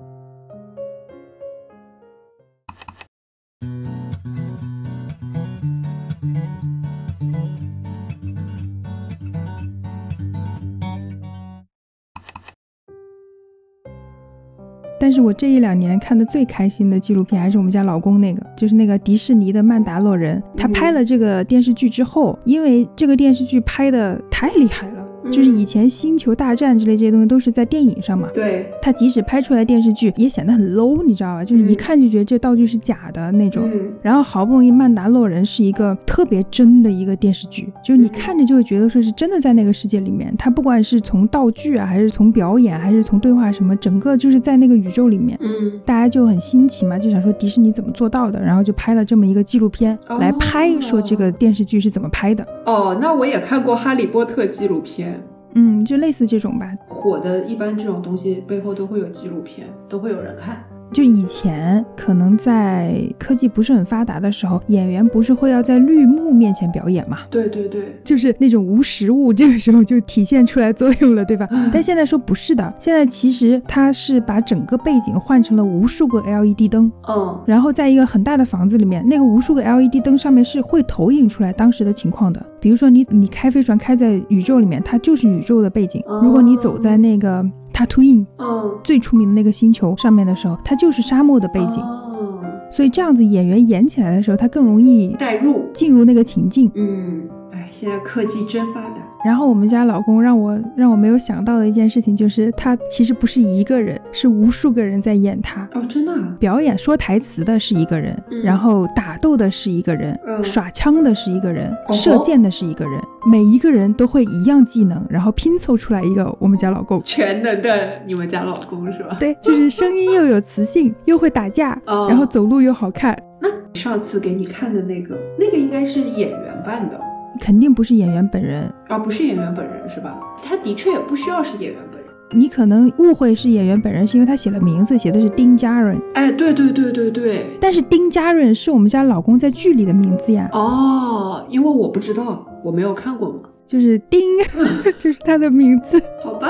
S4: 但是我这一两年看的最开心的纪录片还是我们家老公那个，就是那个迪士尼的《曼达洛人》。他拍了这个电视剧之后，因为这个电视剧拍的太厉害了，就是
S3: 嗯
S4: 以前《星球大战》之类这些东西都是在电影上嘛，
S3: 对，
S4: 它即使拍出来电视剧也显得很 low，你知道吧？就是一
S3: 嗯
S4: 看就觉得这道具是假的那种。
S3: 嗯
S4: 然后好不容易《曼达洛人》是一个特别真的一个电视剧，就是你
S3: 嗯
S4: 看着就会觉得说是真的在那个世界里面。它不管是从道具啊，还是从表演，还是从对话什么，整个就是在那个宇宙里面。
S3: 嗯，
S4: 大家就很新奇嘛，就想说迪士尼怎么做到的，然后就拍了这么一个纪录片
S3: 哦
S4: 来拍，说这个电视剧是怎么拍的，
S3: 哦，那我也看过《哈利波特》纪录片，
S4: 嗯，就类似这种吧。
S3: 火的一般这种东西背后都会有纪录片，都会有人看。
S4: 就以前可能在科技不是很发达的时候，演员不是会要在绿幕面前表演嘛，
S3: 对对对，
S4: 就是那种无实物，这个时候就体现出来作用了，对吧？但现在说不是的，现在其实它是把整个背景换成了无数个 LED 灯，
S3: 嗯
S4: 然后在一个很大的房子里面，那个无数个 LED 灯上面是会投影出来当时的情况的。比如说你你开飞船开在宇宙里面，它就是宇宙的背景
S3: 哦；
S4: 如果你走在那个塔图因
S3: 嗯，
S4: 最出名的那个星球上面的时候，它就是沙漠的背景。
S3: 哦
S4: 所以这样子演员演起来的时候，他更容易
S3: 代入，
S4: 进入那个情境。
S3: 嗯，哎，现在科技真发达，
S4: 然后我们家老公让我让我没有想到的一件事情就是，他其实不是一个人，是无数个人在演他。
S3: 哦，真的、啊，
S4: 表演说台词的是一个人，
S3: 嗯
S4: 然后打斗的是一个人，
S3: 嗯哦
S4: 耍枪的是一个人，
S3: 吼。
S4: 射箭的是一个人，每一个人都会一样技能，然后拼凑出来一个我们家老公
S3: 全能的你们家老公是吧？
S4: 对，就是声音又有磁性，又会打架，
S3: 哦
S4: 然后走路又好看，
S3: 那上次给你看的那个，那个应该是演员扮的，
S4: 肯定不是演员本人。
S3: 而不是演员本人是吧？他的确也不需要是演员本人。
S4: 你可能误会是演员本人，是因为他写了名字，写的是丁家润，
S3: 哎，对对对对对，
S4: 但是丁家润是我们家老公在剧里的名字呀，
S3: 哦，因为我不知道，我没有看过嘛。
S4: 就是丁， [laughs] 就是他的名字，
S3: 好吧，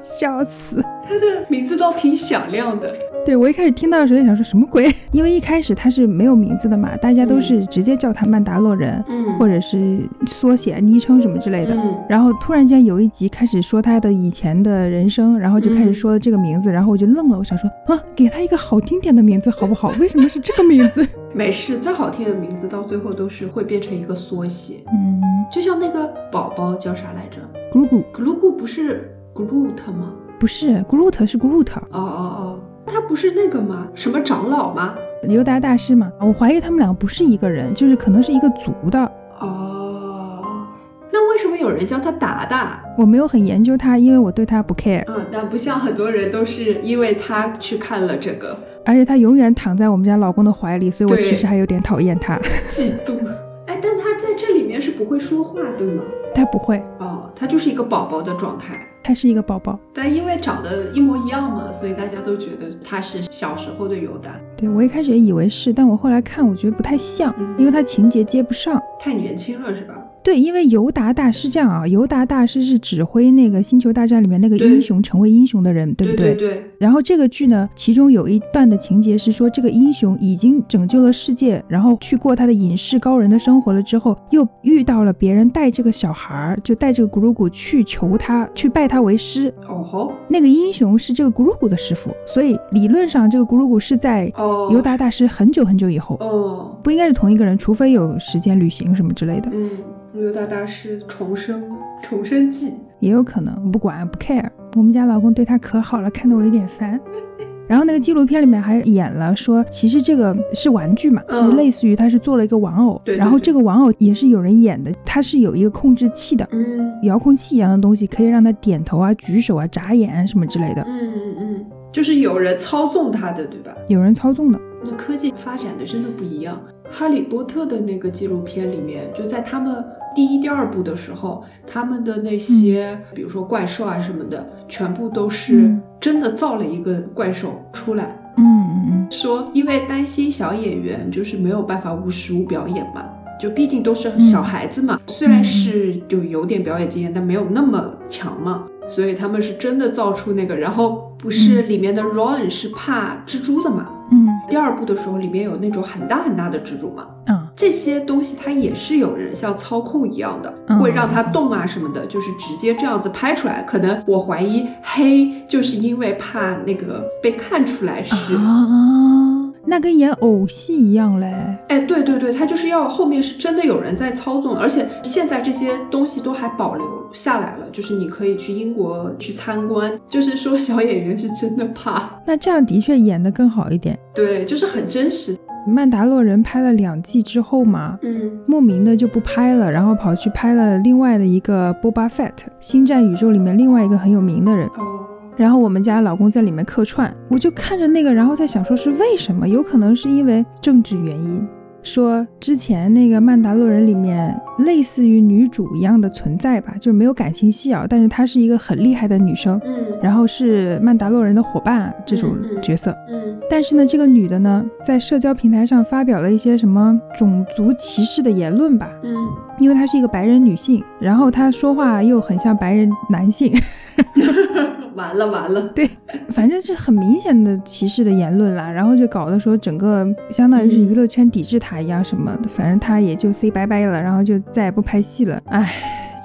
S4: 笑死。
S3: 他的名字倒挺响亮的。
S4: 对我一开始听到的时候也想说什么鬼，因为一开始他是没有名字的嘛，大家都是直接叫他曼达洛人，
S3: 嗯
S4: 或者是缩写、昵称什么之类的。
S3: 嗯
S4: 然后突然间有一集开始说他的以前的人生，然后就开始说这个名字，然后我就愣了，我想说啊，给他一个好听点的名字好不好？为什么是这个名字？
S3: 没事，再好听的名字到最后都是会变成一个缩写，
S4: 嗯，
S3: 就像那个宝宝叫啥来着？
S4: 咕噜咕，
S3: 咕噜咕不是 Groot 吗？
S4: 不是 Groot 是 Groot，
S3: 哦哦哦，他不是那个吗？什么长老吗？
S4: 尤达大师嘛。我怀疑他们两个不是一个人，就是可能是一个族的。
S3: 哦，那为什么有人叫他达达？
S4: 我没有很研究他，因为我对他不 care。
S3: 嗯，但不像很多人都是因为他去看了这个
S4: 而且他永远躺在我们家老公的怀里，所以我
S3: 对
S4: 其实还有点讨厌他。
S3: 嫉妒。哎，但他在这里面是不会说话，对吗？
S4: 他不会，
S3: 哦，他就是一个宝宝的状态。
S4: 他是一个宝宝。
S3: 但因为长得一模一样嘛，所以大家都觉得他是小时候的尤达，
S4: 对我一开始也以为是，但我后来看，我觉得不太像
S3: 嗯，
S4: 因为他情节接不上。
S3: 太年轻了是吧？
S4: 对，因为尤达大师这样啊，尤达大师是指挥那个《星球大战》里面那个
S3: 对
S4: 英雄成为英雄的人，对不
S3: 对对，
S4: 然后这个剧呢，其中有一段的情节是说，这个英雄已经拯救了世界，然后去过他的隐士高人的生活了之后，又遇到了别人带这个小孩儿，就带这个古鲁古去求他，去拜他为师。
S3: 哦吼，
S4: 那个英雄是这个古鲁古的师傅，所以理论上这个古鲁古是在
S3: 哦，
S4: 尤达大师很久很久以后，
S3: 哦，
S4: 不应该是同一个人，除非有时间旅行什么之类的，
S3: 嗯，尤达大师重生重生记，
S4: 也有可能。我不管不 care，我们家老公对他可好了，看得我有点烦。然后那个纪录片里面还演了说，其实这个是玩具嘛，其实
S3: 嗯
S4: 类似于他是做了一个玩偶，
S3: 对对
S4: 然后
S3: 对
S4: 这个玩偶也是有人演的，它是有一个控制器的，
S3: 嗯
S4: 遥控器一样的东西，可以让他点头啊、举手啊、眨眼啊什么之类的，
S3: 嗯嗯嗯，就是有人操纵他的，对吧？
S4: 有人操纵的。
S3: 那科技发展的真的不一样。哈利波特的那个纪录片里面，就在他们第一、第二部的时候，他们的那些，比如说怪兽啊什么的，全部都是
S4: 嗯
S3: 真的造了一个怪兽出来。
S4: 嗯嗯嗯，
S3: 说因为担心小演员就是没有办法无实物表演嘛，就毕竟都是小孩子嘛，虽然是就有点表演经验，但没有那么强嘛，所以他们是真的造出那个。然后不是里面的 Ron 是怕蜘蛛的嘛？
S4: 嗯
S3: 第二部的时候里面有那种很大很大的蜘蛛嘛，
S4: 啊，
S3: 这些东西它也是有人像操控一样的，
S4: 嗯
S3: 会让它动啊什么的，就是直接这样子拍出来。可能我怀疑黑就是因为怕那个被看出来是
S4: 啊，那跟演偶戏一样嘞。
S3: 哎，对对对，它就是要后面是真的有人在操纵的，而且现在这些东西都还保留下来了，就是你可以去英国去参观，就是说小演员是真的怕，
S4: 那这样的确演得更好一点。
S3: 对，就是很真实，
S4: 《曼达洛人》拍了两季之后嘛，
S3: 嗯，
S4: 莫名的就不拍了，然后跑去拍了另外的一个 Boba Fett，《星战》宇宙里面另外一个很有名的人。
S3: 哦，
S4: 然后我们家老公在里面客串，我就看着那个，然后在想说是为什么？有可能是因为政治原因。说之前那个《曼达洛人》里面类似于女主一样的存在吧，就是没有感情戏啊，但是她是一个很厉害的女生，
S3: 嗯
S4: 然后是曼达洛人的伙伴这种
S3: 嗯嗯
S4: 角色。
S3: 嗯，
S4: 但是呢，这个女的呢，在社交平台上发表了一些什么种族歧视的言论吧，
S3: 嗯，
S4: 因为她是一个白人女性，然后她说话又很像白人男性， [laughs]
S3: 完了完了，
S4: 反正是很明显的歧视的言论啦，然后就搞得说整个相当于是娱乐圈抵制她一样什么的，反正她也就 say 拜拜了，然后就再也不拍戏了，唉，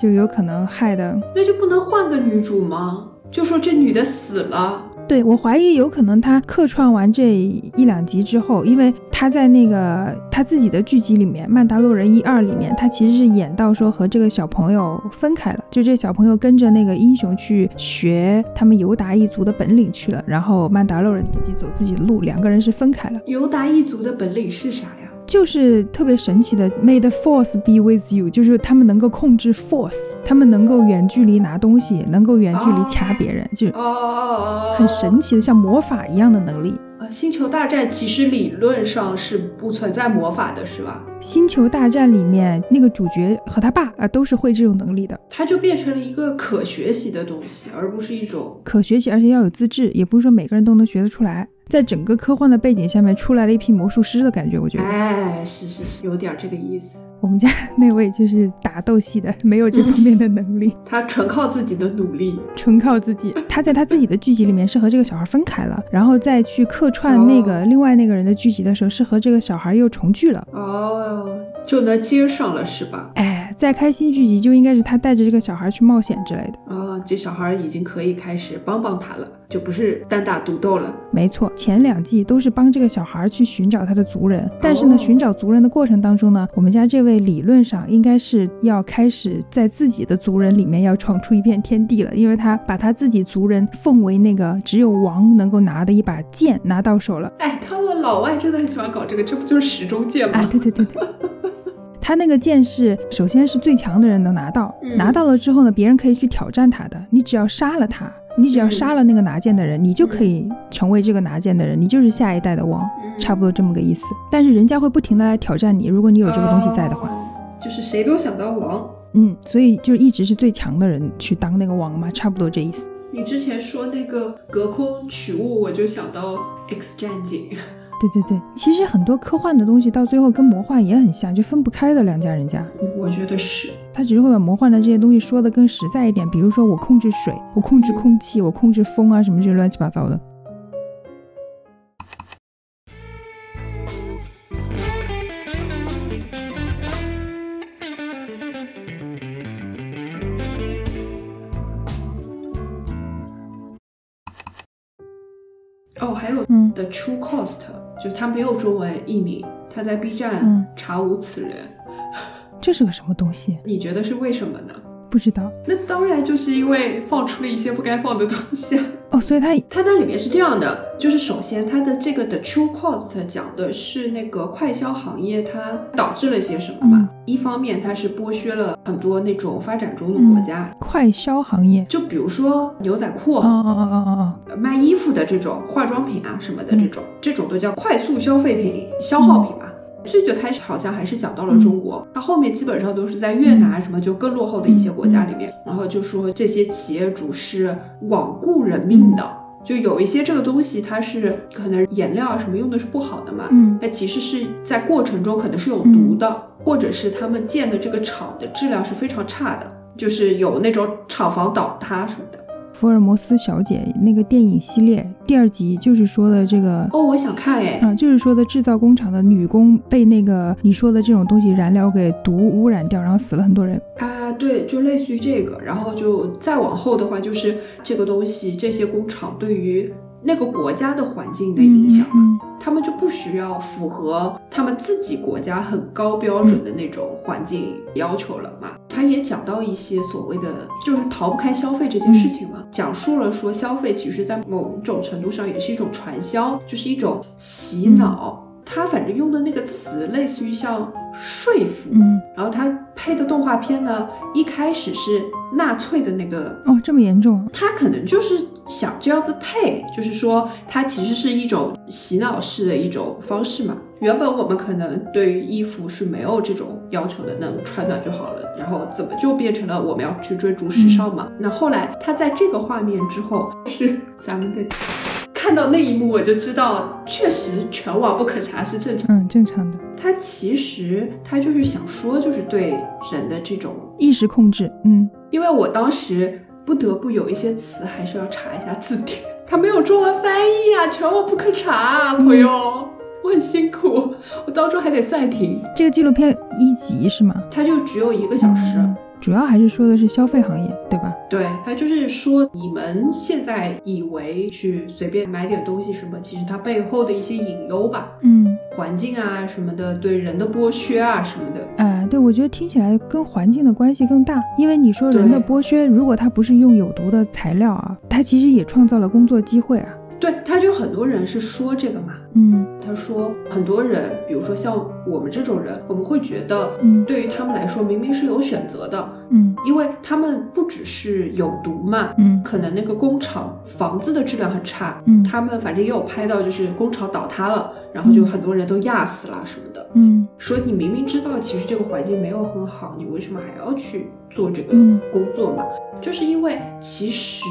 S4: 就有可能害的。
S3: 那就不能换个女主吗？就说这女的死了，
S4: 对我怀疑有可能她客串完这一两集之后，因为她在那个她自己的剧集里面，《曼达洛人一二》里面，她其实是演到说和这个小朋友分开了，就这小朋友跟着那个英雄去学他们尤达一族的本领去了，然后曼达洛人自己走自己的路，两个人是分开了。
S3: 尤达一族的本领是啥呀？
S4: 就是特别神奇的，May the Force be with you，就是他们能够控制 Force，他们能够远距离拿东西，能够远距离掐别人，就是
S3: 哦哦哦，哦
S4: 很神奇的像魔法一样的能力。
S3: 啊！星球大战其实理论上是不存在魔法的，是吧？
S4: 《星球大战》里面那个主角和他爸啊、都是会这种能力的，
S3: 它就变成了一个可学习的东西，而不是一种
S4: 可学习，而且要有资质，也不是说每个人都能学得出来。在整个科幻的背景下面，出来了一批魔术师的感觉，我觉得
S3: 哎，是是是，有点这个意思。
S4: 我们家那位就是打斗系的，没有这方面的能力， [laughs]
S3: 他纯靠自己的努力，
S4: 纯靠自己。他在他自己的剧集里面是和这个小孩分开了，然后再去客串那个另外那个人的剧集的时候，是和这个小孩又重聚了。
S3: 哦，就能接上了是吧？
S4: 哎，再开新剧集就应该是他带着这个小孩去冒险之类的。
S3: 啊、这小孩已经可以开始帮帮他了，就不是单打独斗了。
S4: 没错，前两季都是帮这个小孩儿去寻找他的族人，但是呢，
S3: 哦
S4: 寻找族人的过程当中呢，我们家这位理论上应该是要开始在自己的族人里面要闯出一片天地了，因为他把他自己族人奉为那个只有王能够拿的一把剑拿到手了
S3: 哎，他们老外真的很喜欢搞这个，这不就是时钟剑吗？
S4: [laughs] 啊！对对对对。他那个剑是，首先是最强的人能拿到，
S3: 嗯
S4: 拿到了之后呢，别人可以去挑战他的。你只要杀了他，你只要
S3: 嗯
S4: 杀了那个拿剑的人，你就可以成为这个拿剑的人，你就是下一代的王。
S3: 嗯
S4: 差不多这么个意思。但是人家会不停的来挑战你，如果你有这个东西在的话，
S3: 哦就是谁都想当王。
S4: 嗯，所以就一直是最强的人去当那个王嘛，差不多这意思。
S3: 你之前说那个隔空取物，我就想到 X 战警。
S4: 对对对，其实很多科幻的东西到最后跟魔幻也很像，就分不开的两家人家。
S3: 我觉得是，
S4: 他只是会把魔幻的这些东西说的更实在一点，比如说我控制水，我控
S3: 嗯
S4: 制空气，我控制风啊，什么这乱七八糟的。
S3: 哦，还有
S4: 嗯，
S3: 的 True Cost，就是它没有中文译名，它在 B
S4: 嗯
S3: 站查无此人，
S4: 这是个什么东西？
S3: 你觉得是为什么呢？
S4: 不知道
S3: 那当然就是因为放出了一些不该放的东西啊。
S4: 哦，所以他
S3: 它那里面是这样的，就是首先它的这个的 True Cost 讲的是那个快消行业它导致了些什么嘛？一方面它是剥削了很多那种发展中的国家，
S4: 快消行业，
S3: 就比如说牛仔裤、啊
S4: 哦哦哦哦哦哦，
S3: 卖衣服的这种化妆品啊什么的这种，这种都叫快速消费品、消耗品吧。最最开始好像还是讲到了中国，它后面基本上都是在越南啊什么就更落后的一些国家里面，然后就说这些企业主是罔顾人命的，就有一些这个东西它是可能颜料啊什么用的是不好的嘛，
S4: 嗯
S3: 那其实是在过程中可能是有毒的，或者是他们建的这个厂的质量是非常差的，就是有那种厂房倒塌什么的。
S4: 福尔摩斯小姐那个电影系列第二集就是说的这个，
S3: 哦，我想看哎，
S4: 啊，就是说的制造工厂的女工被那个你说的这种东西燃料给毒污染掉，然后死了很多人。
S3: 啊，对，就类似于这个，然后就再往后的话，就是这个东西，这些工厂对于那个国家的环境的影响，
S4: 嗯
S3: 他们就不需要符合他们自己国家很高标准的那种环境要求了嘛。他也讲到一些所谓的就是逃不开消费这件事情嘛，讲述了说消费其实在某种程度上也是一种传销，就是一种洗脑。他反正用的那个词类似于像说服，
S4: 嗯
S3: 然后他配的动画片呢，一开始是纳粹的那个
S4: 嗯，哦，这么严重啊，
S3: 他可能就是想这样子配，就是说它其实是一种洗脑式的一种方式嘛。原本我们可能对于衣服是没有这种要求的，能穿暖就好了。然后怎么就变成了我们要去追逐时尚嘛？那后来他在这个画面之后，是咱们的看到那一幕，我就知道确实全网不可查是正常。
S4: 嗯，正常的
S3: 他其实他就是想说，就是对人的这种
S4: 意识控制，嗯
S3: 因为我当时不得不有一些词还是要查一下字典，它没有中文翻译啊，全网不可查啊，朋友，我很辛苦，我当初还得暂停，
S4: 这个纪录片一集是吗？
S3: 它就只有一个小时。
S4: 嗯主要还是说的是消费行业，对吧？
S3: 对，它就是说你们现在以为去随便买点东西什么，其实它背后的一些隐忧吧，
S4: 嗯，
S3: 环境啊什么的，对人的剥削啊什么的，
S4: 哎，对，我觉得听起来跟环境的关系更大，因为你说人的
S3: 对
S4: 剥削，如果他不是用有毒的材料啊，他其实也创造了工作机会啊。
S3: 对，他就很多人是说这个嘛。
S4: 嗯
S3: 他说，很多人，比如说像我们这种人，我们会觉得
S4: 嗯
S3: 对于他们来说，明明是有选择的，
S4: 嗯
S3: 因为他们不只是有毒嘛，
S4: 嗯
S3: 可能那个工厂房子的质量很差，
S4: 嗯
S3: 他们反正也有拍到，就是工厂倒塌了，然后就很多人都压死了什么的。
S4: 嗯
S3: 说你明明知道其实这个环境没有很好，你为什么还要去做这个
S4: 嗯
S3: 工作嘛？就是因为其实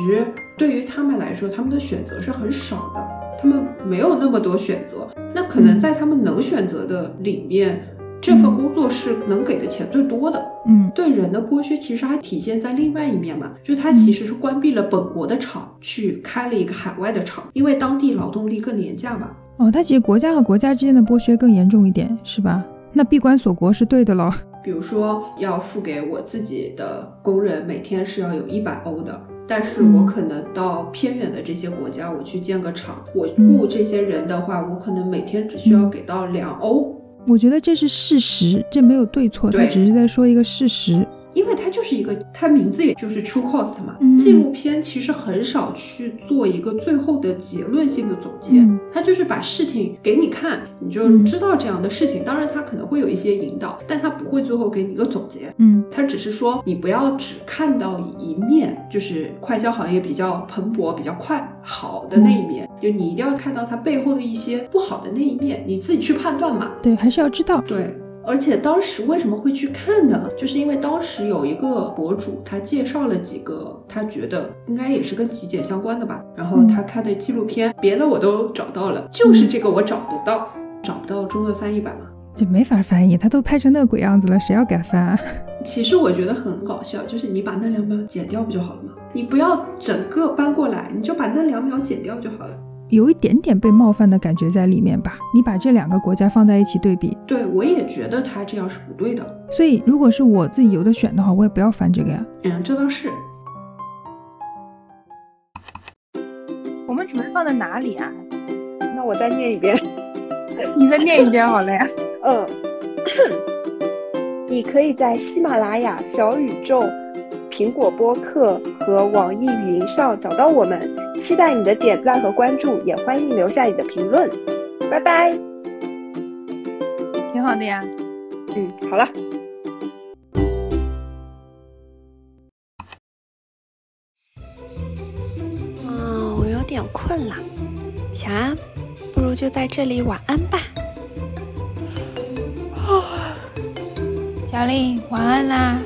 S3: 对于他们来说，他们的选择是很少的，他们没有那么多选择。那可能在他们能选择的里面，这份工作是能给的钱最多的。
S4: 嗯
S3: 对人的剥削其实还体现在另外一面嘛，就是它其实是关闭了本国的厂，去开了一个海外的厂，因为当地劳动力更廉价嘛。
S4: 哦，他其实国家和国家之间的剥削更严重一点，是吧？那闭关锁国是对的喽。
S3: 比如说要付给我自己的工人每天是要有一百欧的，但是
S4: 嗯
S3: 我可能到偏远的这些国家，我去建个厂，我雇这些人的话，我可能每天只需要给到两欧，
S4: [laughs] 我觉得这是事实，这没有对错，他
S3: 对
S4: 只是在说一个事实。
S3: 因为它就是一个，它名字也就是 True Cost 嘛。
S4: 嗯
S3: 纪录片其实很少去做一个最后的结论性的总结，
S4: 嗯
S3: 它就是把事情给你看，你就
S4: 嗯
S3: 知道这样的事情。当然，它可能会有一些引导，但它不会最后给你一个总结。
S4: 嗯
S3: 他只是说你不要只看到一面，就是快消行业比较蓬勃、比较快好的那一面，就你一定要看到它背后的一些不好的那一面，你自己去判断嘛。
S4: 对，还是要知道。
S3: 对。而且当时为什么会去看呢？就是因为当时有一个博主，他介绍了几个他觉得应该也是跟极简相关的吧。然后他看的纪录片，别的我都找到了，就是这个我找不到，找不到中文翻译版嘛。
S4: 这没法翻译，他都拍成那个鬼样子了，谁要敢翻、啊？
S3: 其实我觉得很搞笑，就是你把那两秒剪掉不就好了吗？你不要整个搬过来，你就把那两秒剪掉就好了。
S4: 有一点点被冒犯的感觉在里面吧。你把这两个国家放在一起对比，
S3: 对我也觉得他这样是不对的。
S4: 所以如果是我自己有的选的话，我也不要翻这个呀。
S3: 嗯，这倒是。
S5: 我们准备放在哪里啊？
S6: 那我再念一遍。 [laughs]
S5: 你再念一遍好了呀。
S6: 嗯，你可以在喜马拉雅、小宇宙、苹果播客和网易云上找到我们。期待你的点赞和关注，也欢迎留下你的评论。拜拜。
S5: 挺好的呀。
S6: 嗯，好了。
S1: 嗯，我有点困了，小安，不如就在这里晚安吧。啊
S2: 小丽，晚安啦。